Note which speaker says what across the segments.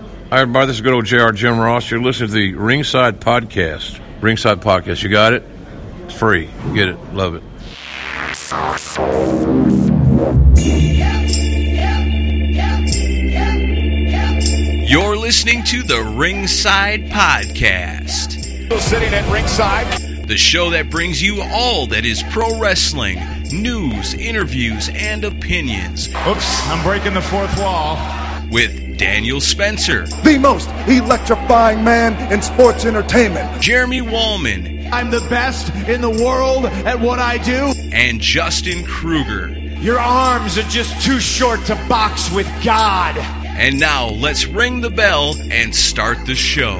Speaker 1: All right, everybody, this is good old JR Jim Ross. You're listening to the Ringside Podcast. Ringside Podcast. You got it? It's free. Get it. Love it.
Speaker 2: You're listening to the Ringside Podcast,
Speaker 3: Sitting at ringside,
Speaker 2: the show that brings you all that is pro wrestling news, interviews, and opinions
Speaker 3: oops, I'm breaking the fourth wall.
Speaker 2: with Daniel Spencer,
Speaker 4: the most electrifying man in sports entertainment.
Speaker 2: Jeremy Wallman,
Speaker 5: I'm the best in the world at what I do.
Speaker 2: and Justin Kruger.
Speaker 5: Your arms are just too short to box with God.
Speaker 2: And now let's ring the bell and start the show.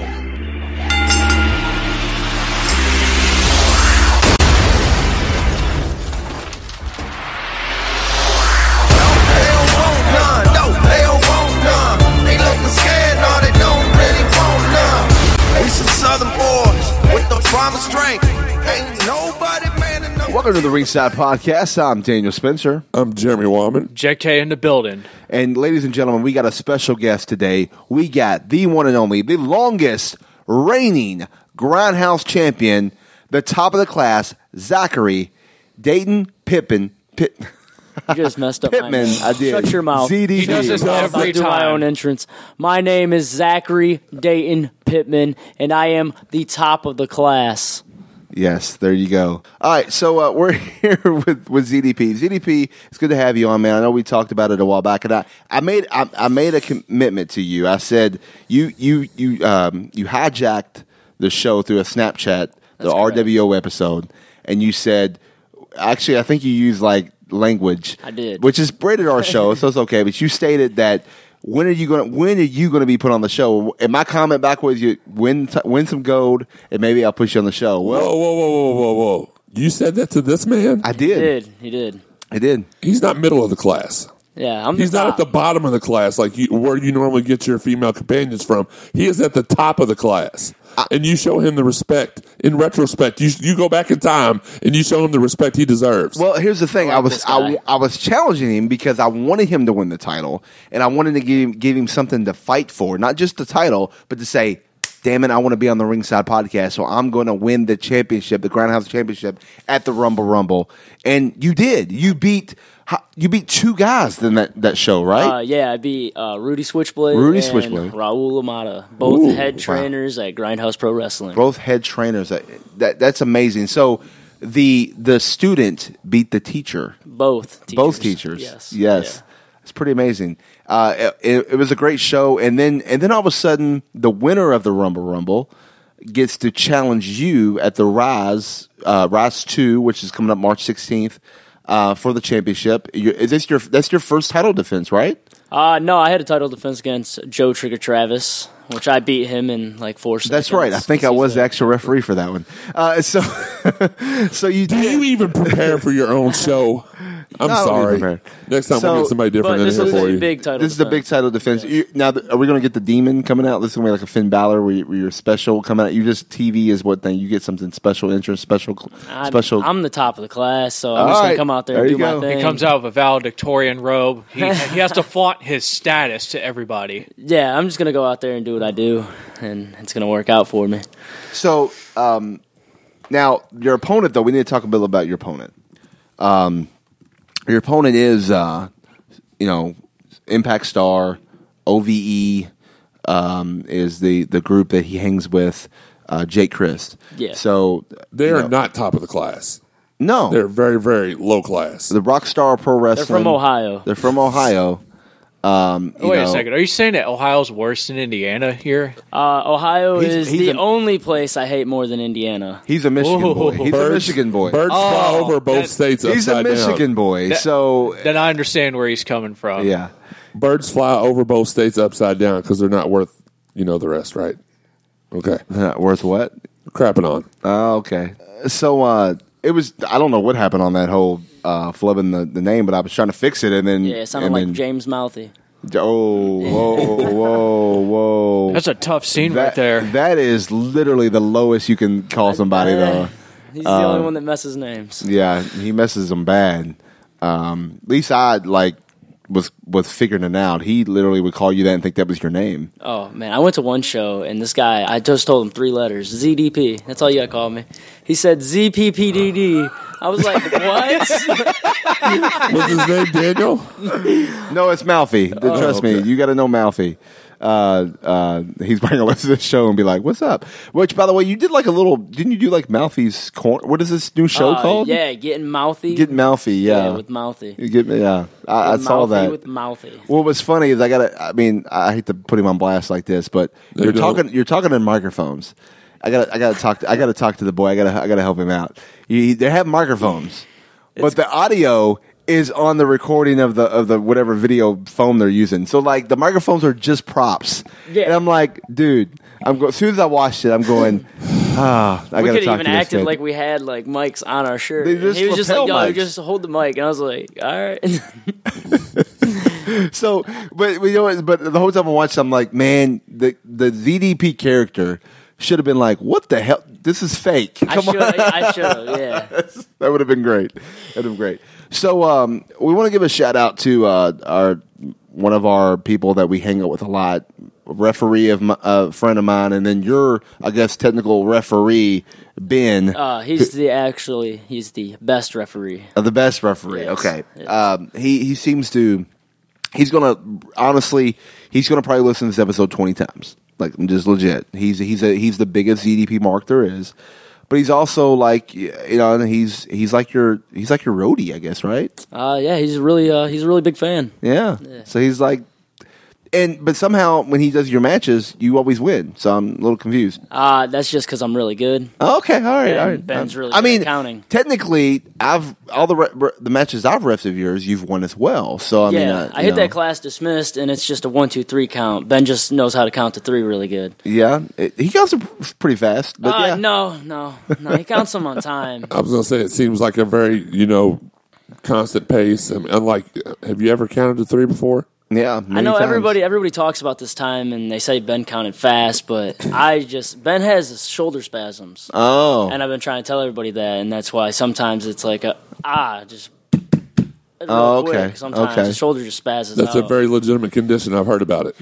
Speaker 6: They don't want none, no, they don't want none. They looking scared, no, they don't really want none. We some southern boys with the promise strength. Ain't nobody man enough.
Speaker 7: Welcome to the Ringside Podcast. I'm Daniel Spencer.
Speaker 8: I'm Jeremy Wallman.
Speaker 9: Jack K in the building.
Speaker 7: And ladies and gentlemen, we got a special guest today. We got the one and only, the longest reigning Grindhouse champion, the top of the class, Zachary Dayton Pippin. Pitt,
Speaker 9: You just messed up my
Speaker 7: Pittman,
Speaker 9: name.
Speaker 7: I did.
Speaker 9: Shut your mouth.
Speaker 7: ZDD. He does this
Speaker 9: I'll
Speaker 7: every
Speaker 9: do my time. own entrance. My name is Zachary Dayton Pittman, and I am the top of the class.
Speaker 7: Yes, there you go. All right, so uh, we're here with, with ZDP. ZDP, it's good to have you on, man. I know we talked about it a while back, and I, I made I, I made a commitment to you. I said you you you um, you hijacked the show through a Snapchat, the RWO episode, and you said actually I think you used like language.
Speaker 9: I did.
Speaker 7: which is braided our show, so it's okay. But you stated that. When are you going? to When are you going to be put on the show? And my comment back was, "You win, t- win some gold, and maybe I'll push you on the show." Well,
Speaker 8: Whoa, whoa, whoa, whoa, whoa, whoa. Oh, You said that to this man?
Speaker 7: I
Speaker 9: He
Speaker 7: did.
Speaker 9: did. He did.
Speaker 7: I did.
Speaker 8: He's not middle of the class.
Speaker 9: Yeah, I'm
Speaker 8: He's
Speaker 9: the
Speaker 8: not
Speaker 9: top.
Speaker 8: at the bottom of the class like you, where you normally get your female companions from. He is at the top of the class. and you show him the respect in retrospect. You you go back in time and you show him the respect he deserves.
Speaker 7: Well, here's the thing. I,
Speaker 9: like
Speaker 7: was
Speaker 9: this
Speaker 7: I,
Speaker 9: guy.
Speaker 7: I was challenging him because I wanted him to win the title, and I wanted to give him, give him something to fight for, not just the title, but to say, "Damn it, I want to be on the Ringside Podcast, so I'm going to win the championship, the Grindhouse Championship at the Rumble Rumble." And you did. You beat you beat two guys in that that show, right?
Speaker 9: Uh, yeah, I'd be uh, Rudy Switchblade
Speaker 7: Rudy
Speaker 9: and
Speaker 7: Switchblade.
Speaker 9: Raul Amata, both
Speaker 7: Ooh,
Speaker 9: head
Speaker 7: wow.
Speaker 9: trainers at Grindhouse Pro Wrestling.
Speaker 7: both head trainers. That, that that's amazing. So. The the student beat the teacher.
Speaker 9: both teachers.
Speaker 7: both teachers.
Speaker 9: Yes.
Speaker 7: yes, it's pretty amazing. Uh, it, it was a great show, and then and then all of a sudden, the winner of the Rumble Rumble gets to challenge you at the Rise uh, Rise Two, which is coming up March sixteenth. Uh, for the championship, You- is this your that's your first title defense, right?
Speaker 9: Yeah. Uh, no, I had a title defense against Joe Trigger Travis, which I beat him in like four seconds.
Speaker 7: That's right. I think I
Speaker 9: He's
Speaker 7: was
Speaker 9: the-
Speaker 7: the actual referee for that one. Uh, so, so you
Speaker 8: do you even prepare for your own show? I'm
Speaker 7: No, I don't
Speaker 8: sorry.
Speaker 7: even prepare.
Speaker 8: Next time
Speaker 7: So-
Speaker 8: we'll get somebody
Speaker 9: But
Speaker 8: different in
Speaker 9: this
Speaker 8: here
Speaker 9: is
Speaker 8: for
Speaker 9: a
Speaker 8: you.
Speaker 9: big title.
Speaker 7: This is the big
Speaker 9: defense.
Speaker 7: title defense. You, now, th- are we going to get the demon coming out? This is going to be like a Finn Balor where, you, where you're special coming out. You just TV is what thing. You get something special interest, special, cl-
Speaker 9: I'm,
Speaker 7: special.
Speaker 9: I'm the top of the class, so I'm
Speaker 7: All
Speaker 9: just gonna
Speaker 7: right.
Speaker 9: come out there,
Speaker 7: There
Speaker 9: and do
Speaker 7: you
Speaker 9: my
Speaker 7: go. He
Speaker 9: thing.
Speaker 10: He comes out of a valedictorian robe. He, he has to flaunt his status to everybody.
Speaker 9: Yeah, I'm just gonna go out there and do what I do, and it's gonna work out for me.
Speaker 7: so, um, now your opponent though, we need to talk a bit about your opponent. Um, your opponent is, uh, you know, Impact Star, OVE um, is the the group that he hangs with. Uh, Jake Christ.
Speaker 9: Yeah.
Speaker 7: So
Speaker 8: They
Speaker 7: you
Speaker 8: are
Speaker 7: know-
Speaker 8: not top of the class.
Speaker 7: no.
Speaker 8: They're very very low class.
Speaker 7: the Rockstar Pro Wrestling.
Speaker 9: from Ohio.
Speaker 7: They're from Ohio. Um, you
Speaker 10: Wait a
Speaker 7: know,
Speaker 10: second. Are you saying that Ohio's worse than Indiana here?
Speaker 9: Uh, Ohio
Speaker 7: He's-
Speaker 9: is
Speaker 7: he's
Speaker 9: the
Speaker 7: an-
Speaker 9: only place I hate more than Indiana.
Speaker 7: He's a Michigan
Speaker 10: Ooh.
Speaker 7: boy. He's a
Speaker 8: Birds-
Speaker 7: Michigan boy.
Speaker 8: Birds fly
Speaker 10: Oh,
Speaker 8: over both
Speaker 10: that-
Speaker 8: states uh,
Speaker 7: He's a
Speaker 8: upside down.
Speaker 7: Michigan boy.
Speaker 10: That-
Speaker 7: so
Speaker 10: Then I understand where he's coming from.
Speaker 7: yeah,
Speaker 8: Birds fly over both states upside down because they're not worth, you know, the rest, right? Okay.
Speaker 7: Uh, worth what?
Speaker 8: Crapping on.
Speaker 7: Oh, okay. So uh, it was. I don't know what happened on that whole uh, flubbing the, the name, but I was trying to fix it, and then
Speaker 9: Yeah, it sounded
Speaker 7: and
Speaker 9: like
Speaker 7: then-
Speaker 9: James Mouthy.
Speaker 7: Oh, whoa, whoa, whoa!
Speaker 10: That's a tough scene
Speaker 7: That-
Speaker 10: right there.
Speaker 7: That is literally the lowest you can call somebody, though. Um,
Speaker 9: He's the only one that messes names.
Speaker 7: Yeah, he messes them bad. Um, at least I like was was figuring it out, he literally would call you that and think that was your name.
Speaker 9: Oh man, I went to one show and this guy, I just told him three letters, ZDP. That's all you gotta call me. He said ZPPDD. I was like, what?
Speaker 8: Was his name Daniel?
Speaker 7: No, it's Malfi.
Speaker 9: Oh,
Speaker 7: Trust me, you got to know Malfi. Uh, uh, he's probably gonna listen to this show and be like, "What's up?" Which, by the way, you did like a little, didn't you do like Malfi's corn? What is this new show
Speaker 9: Uh,
Speaker 7: called?
Speaker 9: Yeah, getting mouthy.
Speaker 7: get Malfi. Yeah,
Speaker 9: with mouthy.
Speaker 7: You get me. Yeah, I, I
Speaker 9: With
Speaker 7: saw
Speaker 9: mouthy
Speaker 7: that.
Speaker 9: With mouthy.
Speaker 7: What was funny is I got to I mean, I hate to put him on blast like this, but
Speaker 8: No,
Speaker 7: you're
Speaker 8: don't.
Speaker 7: talking you're talking in microphones. I got to I got to talk to, I got to talk to the boy. I got to I got to help him out. You, they have microphones. but the audio is on the recording of the of the whatever video phone they're using. So like the microphones are just props.
Speaker 9: Yeah.
Speaker 7: And I'm like, dude, I'm go- as soon as I watched it, I'm going, ah, I
Speaker 9: We
Speaker 7: got
Speaker 9: could
Speaker 7: to talk
Speaker 9: have
Speaker 7: to
Speaker 9: even
Speaker 7: this
Speaker 9: acted
Speaker 7: kid.
Speaker 9: like we had like mics on our shirt.
Speaker 7: They
Speaker 9: And
Speaker 7: just
Speaker 9: he was just like,
Speaker 7: lapel
Speaker 9: "Yo,
Speaker 7: mics.
Speaker 9: just hold the mic," and I was like, "All right."
Speaker 7: So, but you know, what, but the whole time I watched, I'm like, man, the the ZDP character should have been like, what the hell? This is fake.
Speaker 9: I
Speaker 7: Come
Speaker 9: should,
Speaker 7: on,
Speaker 9: I should have. Yeah.
Speaker 7: that would have been great. That'd have been great. So, um, we want to give a shout out to uh, our one of our people that we hang out with a lot, referee of my, a friend of mine, and then your, I guess, technical referee Ben.
Speaker 9: Uh, he's the actually he's the best referee.
Speaker 7: Uh, the best referee.
Speaker 9: Yes.
Speaker 7: Okay.
Speaker 9: Yes.
Speaker 7: Um, he he seems to. He's gonna honestly. He's gonna probably listen to this episode twenty times. Like I'm just legit. He's he's a he's the biggest ZDP mark there is. But he's also like you know he's he's like your he's like your roadie I guess right
Speaker 9: Uh, yeah, he's really uh, he's a really big fan.
Speaker 7: yeah. So he's like and but somehow when he does your matches you always win so I'm a little confused
Speaker 9: Uh, that's just because I'm really good.
Speaker 7: Oh, Okay, all right,
Speaker 9: Ben-
Speaker 7: all right.
Speaker 9: Ben's really
Speaker 7: I
Speaker 9: good at
Speaker 7: mean,
Speaker 9: counting.
Speaker 7: Technically, I've all the re- re- the matches I've refed of yours, you've won as well. So I
Speaker 9: yeah,
Speaker 7: mean,
Speaker 9: I
Speaker 7: you
Speaker 9: hit that
Speaker 7: know.
Speaker 9: class dismissed, and it's just a one, two, three count. Ben just knows how to count to three really good.
Speaker 7: Yeah, it, he counts it pretty fast, but
Speaker 9: uh,
Speaker 7: yeah,
Speaker 9: No, no, no. He counts them on time.
Speaker 8: I was gonna say it seems like a very you know constant pace. I mean, unlike, have you ever counted to three before?
Speaker 7: yeah.
Speaker 9: I
Speaker 7: many
Speaker 9: know
Speaker 7: times.
Speaker 9: everybody. Everybody talks about this time, and they say Ben counted fast, but I just Ben has shoulder spasms,
Speaker 7: Oh,
Speaker 9: and I've been trying to tell everybody that, and that's why sometimes it's like a ah just. real
Speaker 7: Oh,
Speaker 9: quick.
Speaker 7: okay,
Speaker 9: Sometimes
Speaker 7: okay.
Speaker 9: the shoulder just spazzes
Speaker 8: That's
Speaker 9: out.
Speaker 8: a very legitimate condition. I've heard about it.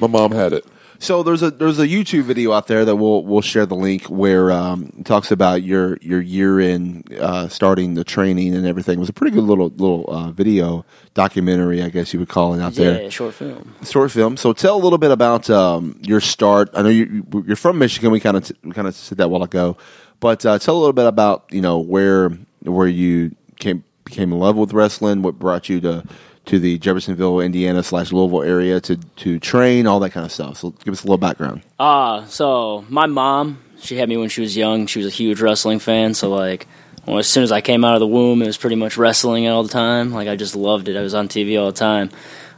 Speaker 8: My mom had it.
Speaker 7: so there's a there's a YouTube video out there that we'll we'll share the link where um, it talks about your your year in uh, starting the training and everything. It was a pretty good little little uh, video documentary, I guess you would call it out there.
Speaker 9: yeah, short film.
Speaker 7: short film. So tell a little bit about um, your start. I know you, you- you're from Michigan. We kind of we kind of said that a while ago, but uh, tell a little bit about you know where where you came became in love with wrestling. What brought you to to the Jeffersonville, Indiana slash Louisville area to to train all that kind of stuff. So give us a little background.
Speaker 9: Uh, so my mom, she had me when she was young. She was a huge wrestling fan. So like, well, as soon as I came out of the womb, it was pretty much wrestling all the time. Like I just loved it. I was on TV all the time.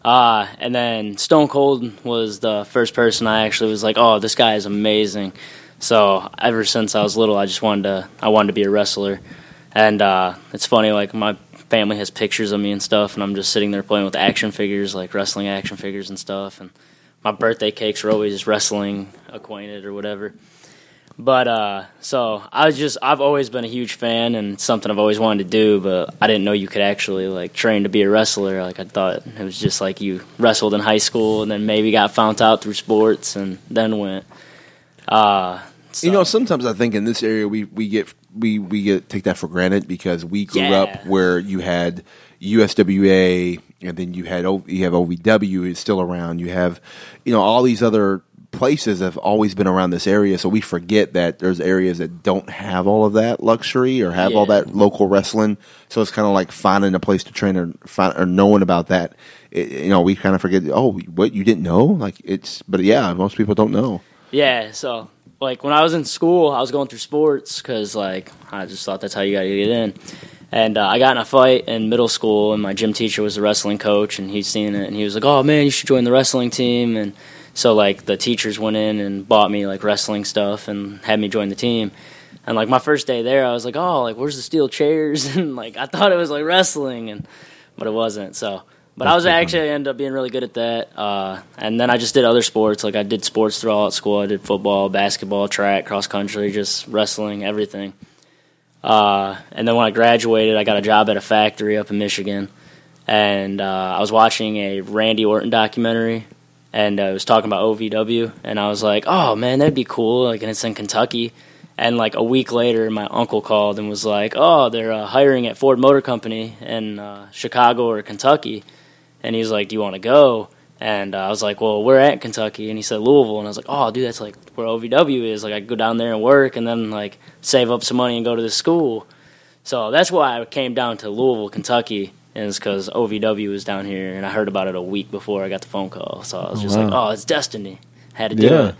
Speaker 9: Uh, and then Stone Cold was the first person I actually was like, oh, this guy is amazing. So ever since I was little, I just wanted to, I wanted to be a wrestler. And uh, it's funny, like my family has pictures of me and stuff, and I'm just sitting there playing with action figures, like wrestling action figures and stuff. And my birthday cakes were always wrestling acquainted or whatever. But uh, so I was just I've always been a huge fan and it's something I've always wanted to do, but I didn't know you could actually like train to be a wrestler. Like I thought it was just like you wrestled in high school and then maybe got found out through sports and then went. Uh, so,
Speaker 7: You know, sometimes I think in this area we, we get we, we get take that for granted because we grew
Speaker 9: Yeah.
Speaker 7: up where you had USWA and then you had O- you have OVW is still around. You have you know all these other places have always been around this area, so we forget that there's areas that don't have all of that luxury or have all
Speaker 9: Yeah.
Speaker 7: that local wrestling. So it's kind of like finding a place to train or find, or knowing about that. It, you know, we kind of forget. Oh, what you didn't know? Like it's, but yeah, most people don't know.
Speaker 9: Yeah, so like when I was in school, I was going through sports because like I just thought that's how you got to get in. And uh, I got in a fight in middle school, and my gym teacher was a wrestling coach, and he'd seen it, and he was like, "Oh man, you should join the wrestling team." And so like the teachers went in and bought me like wrestling stuff and had me join the team. And like my first day there, I was like, "Oh, like where's the steel chairs?" and like I thought it was like wrestling, and but it wasn't. So, but I was actually ended up being really good at that. Uh, and then I just did other sports. Like I did sports throughout school. I did football, basketball, track, cross country, just wrestling, everything. Uh, and then when I graduated, I got a job at a factory up in Michigan. and uh, I was watching a Randy Orton documentary, and uh, it was talking about OVW, and I was like, "Oh man, that'd be cool!" Like, and it's in Kentucky, and like a week later, my uncle called and was like, "Oh, they're uh, hiring at Ford Motor Company in uh, Chicago or Kentucky," and he's like, "Do you want to go?" And uh, I was like, "Well, we're at Kentucky," and he said Louisville, and I was like, "Oh, dude, that's like where OVW is. Like, I could go down there and work, and then like save up some money and go to the school." So that's why I came down to Louisville, Kentucky, is because OVW was down here, and I heard about it a week before I got the phone call. So I was just
Speaker 11: wow.
Speaker 9: like, "Oh, it's destiny." Had to do
Speaker 11: Yeah.
Speaker 9: it.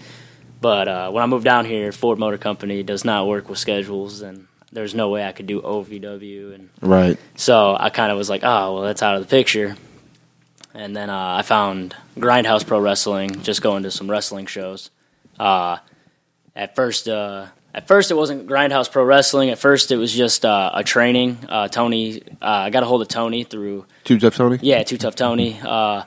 Speaker 9: But uh, when I moved down here, Ford Motor Company does not work with schedules, and there's no way I could do OVW. And
Speaker 7: Right.
Speaker 9: so I kind of was like, "Oh, well, that's out of the picture." And then uh, I found Grindhouse Pro Wrestling, just going to some wrestling shows. Uh, at first, uh, at first it wasn't Grindhouse Pro Wrestling. At first, it was just uh, a training. Uh, Tony, uh, I got a hold of Tony through
Speaker 7: Two Jeff Tony.
Speaker 9: yeah, Too Tough Tony. Uh,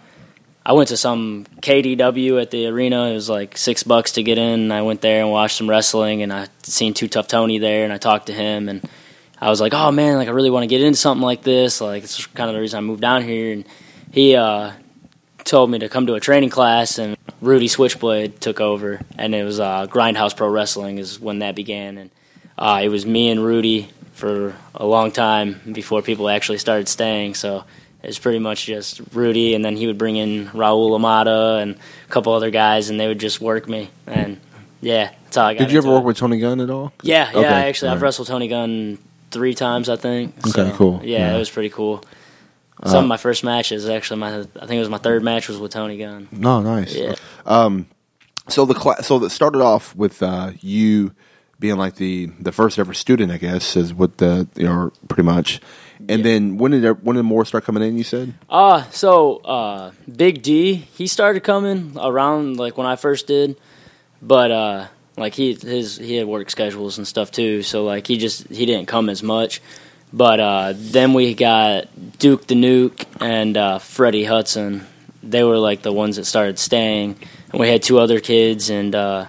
Speaker 9: I went to some KDW at the arena. It was like six bucks to get in. And I went there and watched some wrestling, and I seen Too Tough Tony there, and I talked to him, and I was like, "Oh man, like I really want to get into something like this. Like it's kind of the reason I moved down here." And he uh, told me to come to a training class, and Rudy Switchblade took over, and it was uh, Grindhouse Pro Wrestling is when that began, and uh, it was me and Rudy for a long time before people actually started staying. So it was pretty much just Rudy, and then he would bring in Raul Amada and a couple other guys, and they would just work me. And yeah, that's how I got.
Speaker 7: Did you
Speaker 9: into
Speaker 7: ever
Speaker 9: it.
Speaker 7: work with Tony Gunn at all?
Speaker 9: Yeah, yeah.
Speaker 7: Okay,
Speaker 9: Actually, I've
Speaker 7: alright.
Speaker 9: wrestled Tony Gunn three times, I think.
Speaker 7: Okay,
Speaker 9: So,
Speaker 7: cool.
Speaker 9: Yeah,
Speaker 7: Yeah.
Speaker 9: it was pretty cool.
Speaker 7: Uh,
Speaker 9: Some of my first matches, actually, my I think it was my third match was with Tony Gunn.
Speaker 7: No, nice.
Speaker 9: Yeah.
Speaker 7: Um, so the cla- so that started off with uh, you being like the the first ever student, I guess, is what the you know pretty much. And then when did there, when did more start coming in? You said
Speaker 9: Uh, so uh, Big D, he started coming around like when I first did, but uh, like he his he had work schedules and stuff too, so like he just he didn't come as much. But uh, then we got Duke the Nuke and uh, Freddie Hudson. They were like the ones that started staying, and we had two other kids, and uh,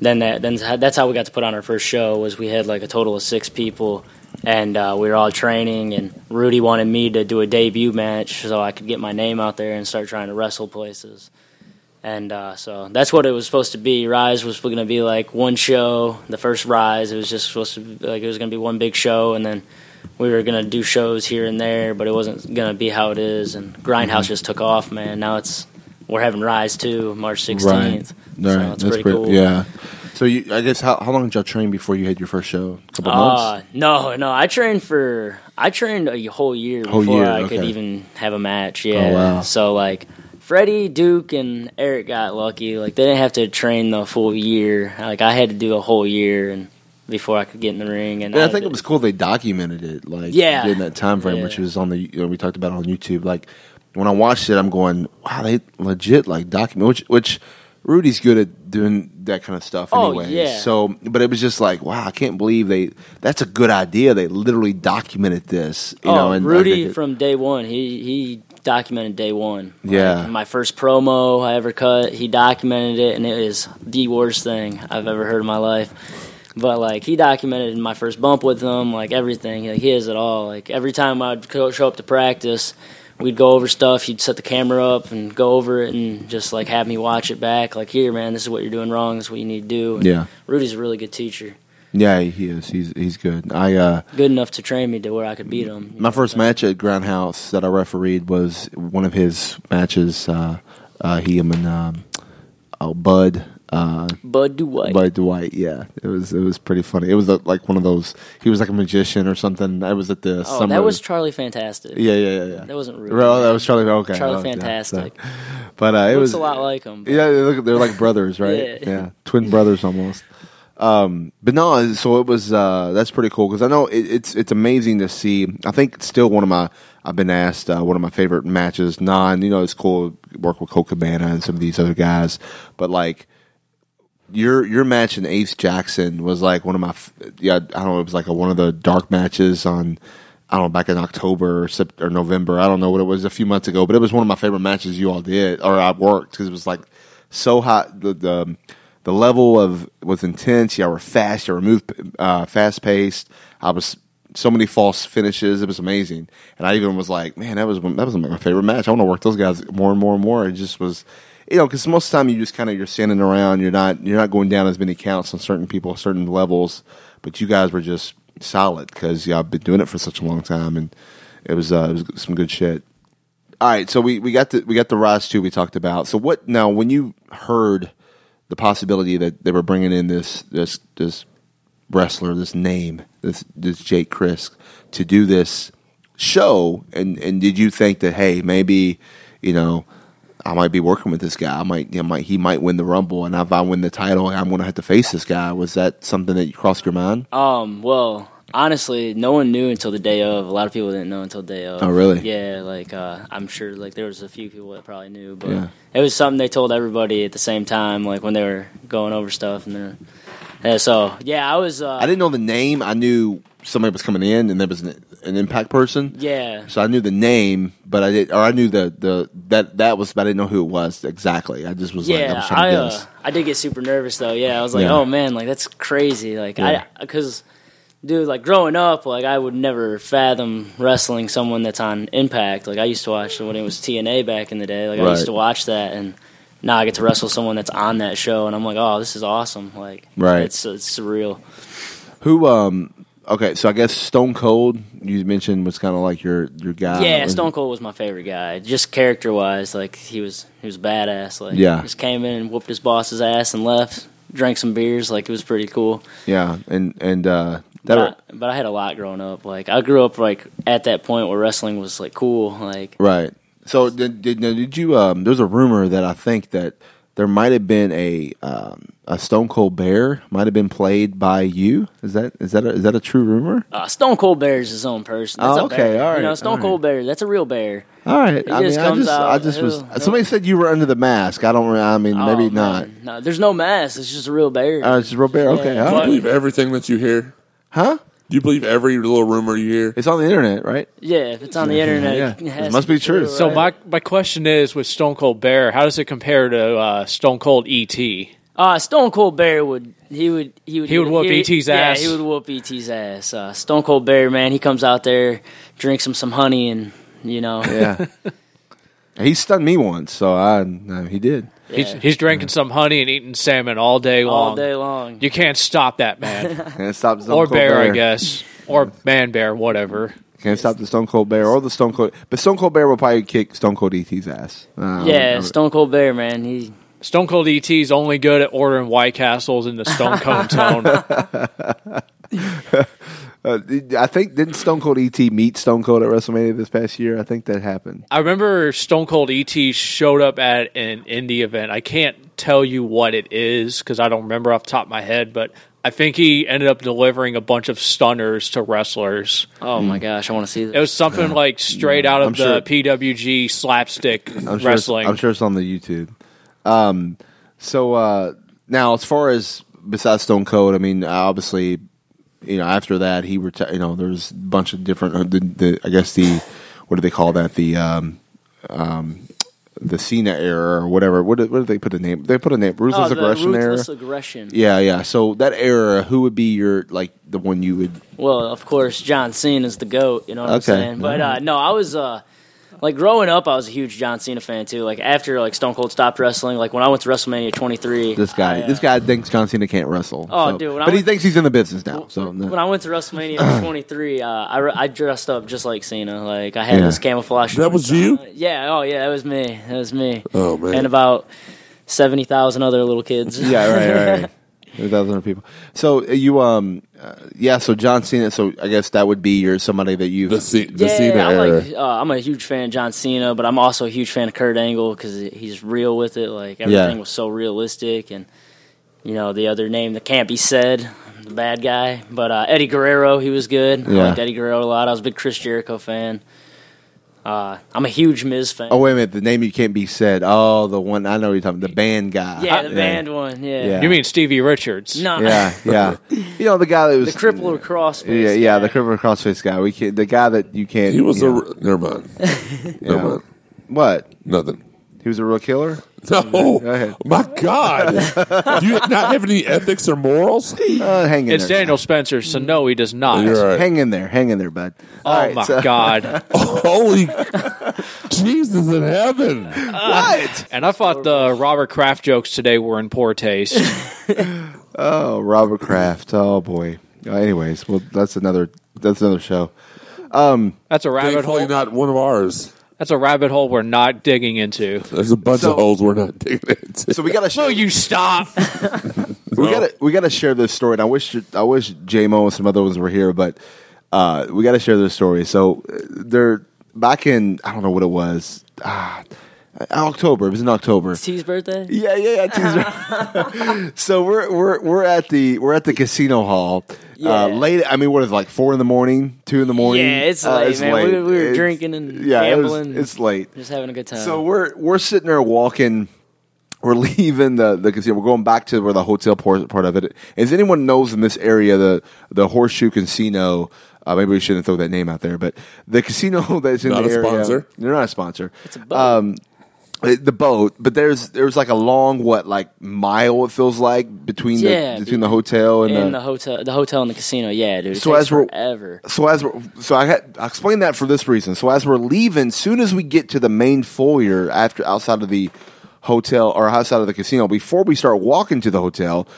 Speaker 9: then that then that's how we got to put on our first show. Was we had like a total of six people and uh, we were all training. And Rudy wanted me to do a debut match so I could get my name out there and start trying to wrestle places. And uh, so that's what it was supposed to be. Rise was going to be like one show, the first Rise. It was just supposed to be like it was going to be one big show, and then we were going to do shows here and there, but it wasn't going to be how it is. And Grindhouse
Speaker 7: Mm-hmm.
Speaker 9: just took off, man. Now it's we're having Rise too, March sixteenth.
Speaker 7: Right.
Speaker 9: So it's pretty cool.
Speaker 7: Yeah. So you, I guess how how long did y'all train before you had your first show? A couple months.
Speaker 9: Uh, no, no. I trained for I trained a whole year
Speaker 7: Whole
Speaker 9: before
Speaker 7: year,
Speaker 9: I could
Speaker 7: okay. Oh,
Speaker 9: even have a match. Yeah.
Speaker 7: wow.
Speaker 9: So like Freddie, Duke, and Eric got lucky. Like they didn't have to train the full year. Like I had to do a whole year and before I could get in the ring. And
Speaker 7: And I think it was cool they documented it, like
Speaker 9: Yeah.
Speaker 7: during that time frame, which was on the you know, we talked about it on YouTube. Like when I watched it, I'm going, wow, they legit like document which which Rudy's good at doing that kind of stuff
Speaker 9: Oh,
Speaker 7: anyway.
Speaker 9: yeah.
Speaker 7: So, but it was just like, wow, I can't believe they. That's a good idea. They literally documented this, you
Speaker 9: oh,
Speaker 7: know. And I
Speaker 9: Rudy
Speaker 7: think it-
Speaker 9: from day one. He he documented day one. Like,
Speaker 7: Yeah.
Speaker 9: my first promo I ever cut, he documented it, and it is the worst thing I've ever heard in my life. But like he documented my first bump with him, like everything. Like, he has it all. Like every time I'd co- show up to practice, we'd go over stuff. He'd set the camera up and go over it, and just like have me watch it back. Like here, man, this is what you're doing wrong. This is what you need to do. And
Speaker 7: Yeah.
Speaker 9: Rudy's a really good teacher.
Speaker 7: yeah, he is. He's he's good. I uh,
Speaker 9: Good enough to train me to where I could beat him.
Speaker 7: My first match at Groundhouse that I refereed was one of his matches. Uh, uh, he him and um, oh, Bud. Uh,
Speaker 9: Bud Dwight.
Speaker 7: Bud Dwight. Yeah, it was it was pretty funny. It was uh like one of those. He was like a magician or something. I was at the
Speaker 9: Oh,
Speaker 7: summer.
Speaker 9: that was Charlie Fantastic.
Speaker 7: yeah, yeah, yeah, yeah.
Speaker 9: That wasn't Rudy.
Speaker 7: Well, that was Charlie. Okay,
Speaker 9: Charlie
Speaker 7: oh, yeah,
Speaker 9: Fantastic.
Speaker 7: so- but uh, it
Speaker 9: Looks
Speaker 7: was
Speaker 9: a lot like him.
Speaker 7: Yeah, they look, they're like brothers, right?
Speaker 9: Yeah.
Speaker 7: yeah. twin brothers almost. Um, but no, so it was. Uh, that's pretty cool because I know it, it's it's amazing to see. I think it's still one of my. I've been asked uh, one of my favorite matches. Non, you know, it's cool to work with Cole Cabana and some of these other guys, but like your your match in Ace Jackson was like one of my f- yeah I don't know it was like a, one of the dark matches on I don't know back in October or, Sep- or November I don't know what it was a few months ago but it was one of my favorite matches you all did or I worked because it was like so hot the the the level of was intense y'all were fast y'all were moved uh, fast paced I was so many false finishes. It was amazing, and I even was like, man, that was that was my favorite match. I want to work those guys more and more and more. It just was, you know, because most of the time you just kind of you're standing around. You're not you're not going down as many counts on certain people, certain levels. But you guys were just solid because yeah, I've been doing it for such a long time, and it was uh, it was some good shit. All right, so we, we got the we got the rise too. We talked about. So what now? When you heard the possibility that they were bringing in this this this wrestler, this name, this this Jake Chris to do this show, and and did you think that hey maybe you know I might be working with this guy, I might you know, might he might win the rumble, and if I win the title, I'm going to have to face this guy. Was that something that you crossed your mind?
Speaker 9: Um, well, honestly, no one knew until the day of. A lot of people didn't know until the day of.
Speaker 7: Oh, really?
Speaker 9: Yeah, like uh, I'm sure like there was a few people that probably knew, but
Speaker 7: Yeah.
Speaker 9: it was something they told everybody at the same time, like when they were going over stuff and then. Yeah, so yeah, I was. Uh,
Speaker 7: I didn't know the name. I knew somebody was coming in, and there was an, an impact person.
Speaker 9: Yeah.
Speaker 7: So I knew the name, but I did, or I knew the the that that was, but I didn't know who it was exactly. I just was like, I
Speaker 9: yeah,
Speaker 7: was
Speaker 9: I,
Speaker 7: trying to
Speaker 9: uh,
Speaker 7: guess.
Speaker 9: I did get super nervous though. Yeah, I was like,
Speaker 7: Yeah.
Speaker 9: oh man, like that's crazy. Like
Speaker 7: Yeah.
Speaker 9: I, because dude, like growing up, like I would never fathom wrestling someone that's on Impact. Like I used to watch when it was TNA back in the day. Like I
Speaker 7: Right.
Speaker 9: used to watch that, and now I get to wrestle someone that's on that show, and I'm like, oh, this is awesome. Like
Speaker 7: Right.
Speaker 9: it's, it's surreal.
Speaker 7: Who? Um. Okay, so I guess Stone Cold you mentioned was kind of like your your guy.
Speaker 9: yeah, Stone Cold was my favorite guy, just character wise. Like he was, he was badass. Like
Speaker 7: Yeah.
Speaker 9: just came in and whooped his boss's ass and left. Drank some beers, like it was pretty cool.
Speaker 7: Yeah, and and uh, that
Speaker 9: but, I, but I had a lot growing up. Like I grew up like at that point where wrestling was like cool. Like
Speaker 7: right. So did did, now did you? Um, there's a rumor that I think that there might have been a um, a Stone Cold Bear might have been played by you. Is that is that a, is that a true rumor?
Speaker 9: uh, Stone Cold Bear is his own person. That's
Speaker 7: Oh,
Speaker 9: a
Speaker 7: okay,
Speaker 9: bear.
Speaker 7: all right,
Speaker 9: You know,
Speaker 7: all
Speaker 9: Stone
Speaker 7: right.
Speaker 9: Cold Bear. That's a real bear.
Speaker 7: All right.
Speaker 9: It
Speaker 7: I
Speaker 9: just
Speaker 7: mean, I
Speaker 9: comes
Speaker 7: just, I
Speaker 9: out,
Speaker 7: just was.
Speaker 9: ew, ew.
Speaker 7: Somebody said you were under the mask. I don't. re- I mean, Uh, maybe
Speaker 9: Oh,
Speaker 7: not.
Speaker 9: man. No, there's no mask. It's just a real bear.
Speaker 7: Uh, it's Robert. Okay.
Speaker 9: Yeah.
Speaker 7: all
Speaker 8: Do you
Speaker 7: right.
Speaker 8: believe everything that you hear?
Speaker 7: Huh?
Speaker 8: Do you believe every little rumor you hear?
Speaker 7: It's on the internet, right?
Speaker 9: yeah, if it's on the internet,
Speaker 7: Yeah.
Speaker 9: it, has
Speaker 7: It must
Speaker 9: to
Speaker 7: be true.
Speaker 9: right?
Speaker 10: So my my question is with Stone Cold Bear, how does it compare to uh, Stone Cold ET?
Speaker 9: uh, Stone Cold Bear would he would he would
Speaker 10: He would whoop E.T.'s ass.
Speaker 9: Yeah, he would whoop ET's ass. Uh, Stone Cold Bear, man, he comes out there, drinks him some honey, and you know,
Speaker 7: Yeah. he stunned me once, so I no, he did.
Speaker 10: He's, he's drinking some honey and eating salmon all day long.
Speaker 9: all day long.
Speaker 10: You can't stop that man
Speaker 7: Can't stop the Stone
Speaker 10: or
Speaker 7: Cold
Speaker 10: bear, I guess, or man bear, whatever.
Speaker 7: Can't stop the Stone Cold Bear or the Stone Cold. But Stone Cold Bear will probably kick Stone Cold ET's ass. Uh,
Speaker 9: yeah,
Speaker 7: I-
Speaker 9: Stone Cold Bear, man, he
Speaker 10: Stone Cold ET is only good at ordering White Castles in the Stone Cone Tone.
Speaker 7: uh, I think didn't Stone Cold ET meet Stone Cold at WrestleMania this past year? I think that happened.
Speaker 10: I remember Stone Cold ET showed up at an indie event. I can't tell you what it is because I don't remember off the top of my head, but I think he ended up delivering a bunch of stunners to wrestlers.
Speaker 9: Oh
Speaker 7: Hmm.
Speaker 9: my gosh, I want to see
Speaker 10: It
Speaker 9: that.
Speaker 10: was something like straight out of
Speaker 7: I'm
Speaker 10: the
Speaker 7: sure-
Speaker 10: PWG slapstick
Speaker 7: I'm sure it's-
Speaker 10: wrestling.
Speaker 7: I'm sure it's on the YouTube. Um, so uh, now, as far as besides Stone Cold, I mean, obviously, you know, after that, he retired. You know, there was a bunch of different. Uh, the, the I guess the what do they call that? The um, um, the Cena era or whatever. What did, what did they put a name? They put a name.
Speaker 9: Oh,
Speaker 7: Ruthless
Speaker 9: the
Speaker 7: aggression
Speaker 9: ruthless
Speaker 7: era.
Speaker 9: aggression.
Speaker 7: yeah, yeah. So that era, who would be your like the one you would?
Speaker 9: Well, of course, John Cena is the goat. You know what I'm
Speaker 7: Okay.
Speaker 9: saying? But uh,
Speaker 7: Alright.
Speaker 9: no, I was uh, like growing up, I was a huge John Cena fan too. Like after like Stone Cold stopped wrestling, like when I went to WrestleMania 23,
Speaker 7: This guy,
Speaker 9: I, uh,
Speaker 7: this guy thinks John Cena can't wrestle.
Speaker 9: Oh,
Speaker 7: so-
Speaker 9: dude, when I
Speaker 7: but he
Speaker 9: went-
Speaker 7: thinks he's in the business now. So no.
Speaker 9: When I went to WrestleMania 23, uh, I, re- I dressed up just like Cena. Like I had
Speaker 7: Yeah.
Speaker 9: this camouflage.
Speaker 8: That was you?
Speaker 9: Yeah. Oh yeah, that was me. That was me.
Speaker 8: Oh, man.
Speaker 9: And about seventy thousand other little kids.
Speaker 7: Yeah, right, right. right. Three thousand other people. So uh, you, um, uh, yeah. So John Cena. So I guess that would be your somebody that you.
Speaker 8: The,
Speaker 7: have
Speaker 8: C- the
Speaker 9: yeah,
Speaker 8: Cena
Speaker 9: I'm
Speaker 8: era.
Speaker 9: like uh, I'm a huge fan of John Cena, but I'm also a huge fan of Kurt Angle because he's real with it. Like everything was so realistic, and you know the other name that can't be said, the bad guy. But uh, Eddie Guerrero, he was good.
Speaker 7: Yeah.
Speaker 9: I liked Eddie Guerrero a lot. I was a big Chris Jericho fan. Uh, I'm a huge Miz fan.
Speaker 7: Oh wait a minute. The name you can't be said. Oh, the one I know what you're talking. about, The band guy.
Speaker 9: yeah, the band one. Yeah,
Speaker 7: Yeah.
Speaker 10: you mean Stevie Richards?
Speaker 9: no,
Speaker 7: Yeah, yeah. you know the guy that
Speaker 9: the
Speaker 7: was
Speaker 9: Crippler Crossface.
Speaker 7: Yeah, yeah. The
Speaker 9: guy.
Speaker 7: crippler crossface guy. We can't, the guy that you can't.
Speaker 8: He was
Speaker 7: you know,
Speaker 8: a. Never mind.
Speaker 7: yeah.
Speaker 8: Never mind.
Speaker 7: What?
Speaker 8: Nothing.
Speaker 7: He was a real killer.
Speaker 8: No,
Speaker 7: Go ahead.
Speaker 8: my God, do you not have any ethics or morals?
Speaker 7: Uh, hang in
Speaker 10: It's
Speaker 7: there.
Speaker 10: Daniel Spencer, so no, he does not.
Speaker 8: You're right.
Speaker 7: Hang in there. Hang in there, bud.
Speaker 10: Oh
Speaker 7: All right,
Speaker 10: my
Speaker 7: so-
Speaker 10: god!
Speaker 8: Holy Jesus in heaven!
Speaker 10: And I thought the Robert Kraft jokes today were in poor taste.
Speaker 7: Oh, Robert Kraft. Oh boy. Uh, anyways, well, that's another. That's another show.
Speaker 10: That's a rabbit
Speaker 8: Thankfully,
Speaker 10: hole.
Speaker 8: not one of ours.
Speaker 10: That's a rabbit hole we're not digging into.
Speaker 8: There's a bunch
Speaker 7: So-
Speaker 8: of holes we're not digging into.
Speaker 7: So we got to.
Speaker 10: Will you stop?
Speaker 7: we gotta we gotta share this story. And I wish I wish J Mo and some other ones were here, but uh, we gotta share this story. So uh, they're back in I don't know what it was. Ah, October. It was in October.
Speaker 9: T's birthday?
Speaker 7: Yeah, yeah, yeah. teaser. so we're we're we're at the we're at the casino hall.
Speaker 9: Yeah.
Speaker 7: Uh, late. I mean, what is it, like four in the morning, two in the morning?
Speaker 9: Yeah, it's
Speaker 7: Uh,
Speaker 9: late, man. We- we were
Speaker 7: It's-
Speaker 9: drinking and
Speaker 7: yeah, it was-
Speaker 9: gambling.
Speaker 7: it's late.
Speaker 9: Just having a good time.
Speaker 7: So we're we're sitting there walking. We're leaving the, the casino. We're going back to where the hotel part, part of it. As anyone knows in this area, the the Horseshoe Casino. Uh, maybe we shouldn't throw that name out there, but the casino that's in
Speaker 8: Not
Speaker 7: the
Speaker 8: a
Speaker 7: area.
Speaker 8: sponsor.
Speaker 7: They're not a sponsor. It's
Speaker 9: a boat.
Speaker 7: Um, it- the boat, but there's there's like a long what like mile it feels like between
Speaker 9: Yeah,
Speaker 7: the between the hotel and,
Speaker 9: in
Speaker 7: the
Speaker 9: the hotel, the hotel and the casino. Yeah, dude. It
Speaker 7: uh, So
Speaker 9: takes
Speaker 7: as we're-
Speaker 9: forever.
Speaker 7: so as we're, so I had I explained that for this reason. So as we're leaving, soon as we get to the main foyer after outside of the hotel or outside of the casino, before we start walking to the hotel,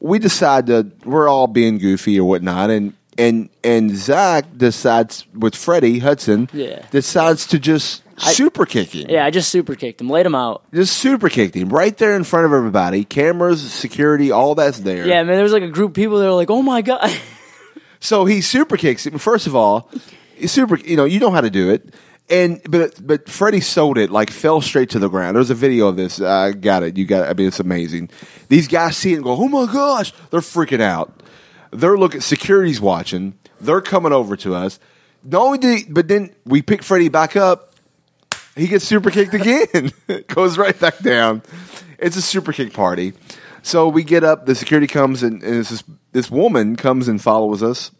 Speaker 7: we decide to we're all being goofy or whatnot, and and and Zach decides with Freddie Hudson,
Speaker 9: Yeah.
Speaker 7: decides to just super kick him,
Speaker 9: Yeah, I just super kicked him, laid him out.
Speaker 7: just super kicked him right there in front of everybody, cameras, security, all that's there.
Speaker 9: Yeah, man. There was like a group of people that were like, "Oh my god."
Speaker 7: So he super kicks it. First of all, he super, you know, you know how to do it. And but but Freddie sold it like fell straight to the ground. There's a video of this. I got it. You got. It. I mean, it's amazing. These guys see it and go, "Oh my gosh!" They're freaking out. They're looking. Security's watching. They're coming over to us. Not only did, he, but then we pick Freddie back up. He gets super kicked again. Goes right back down. It's a super kick party. So we get up. The security comes and, and it's this this woman comes and follows us,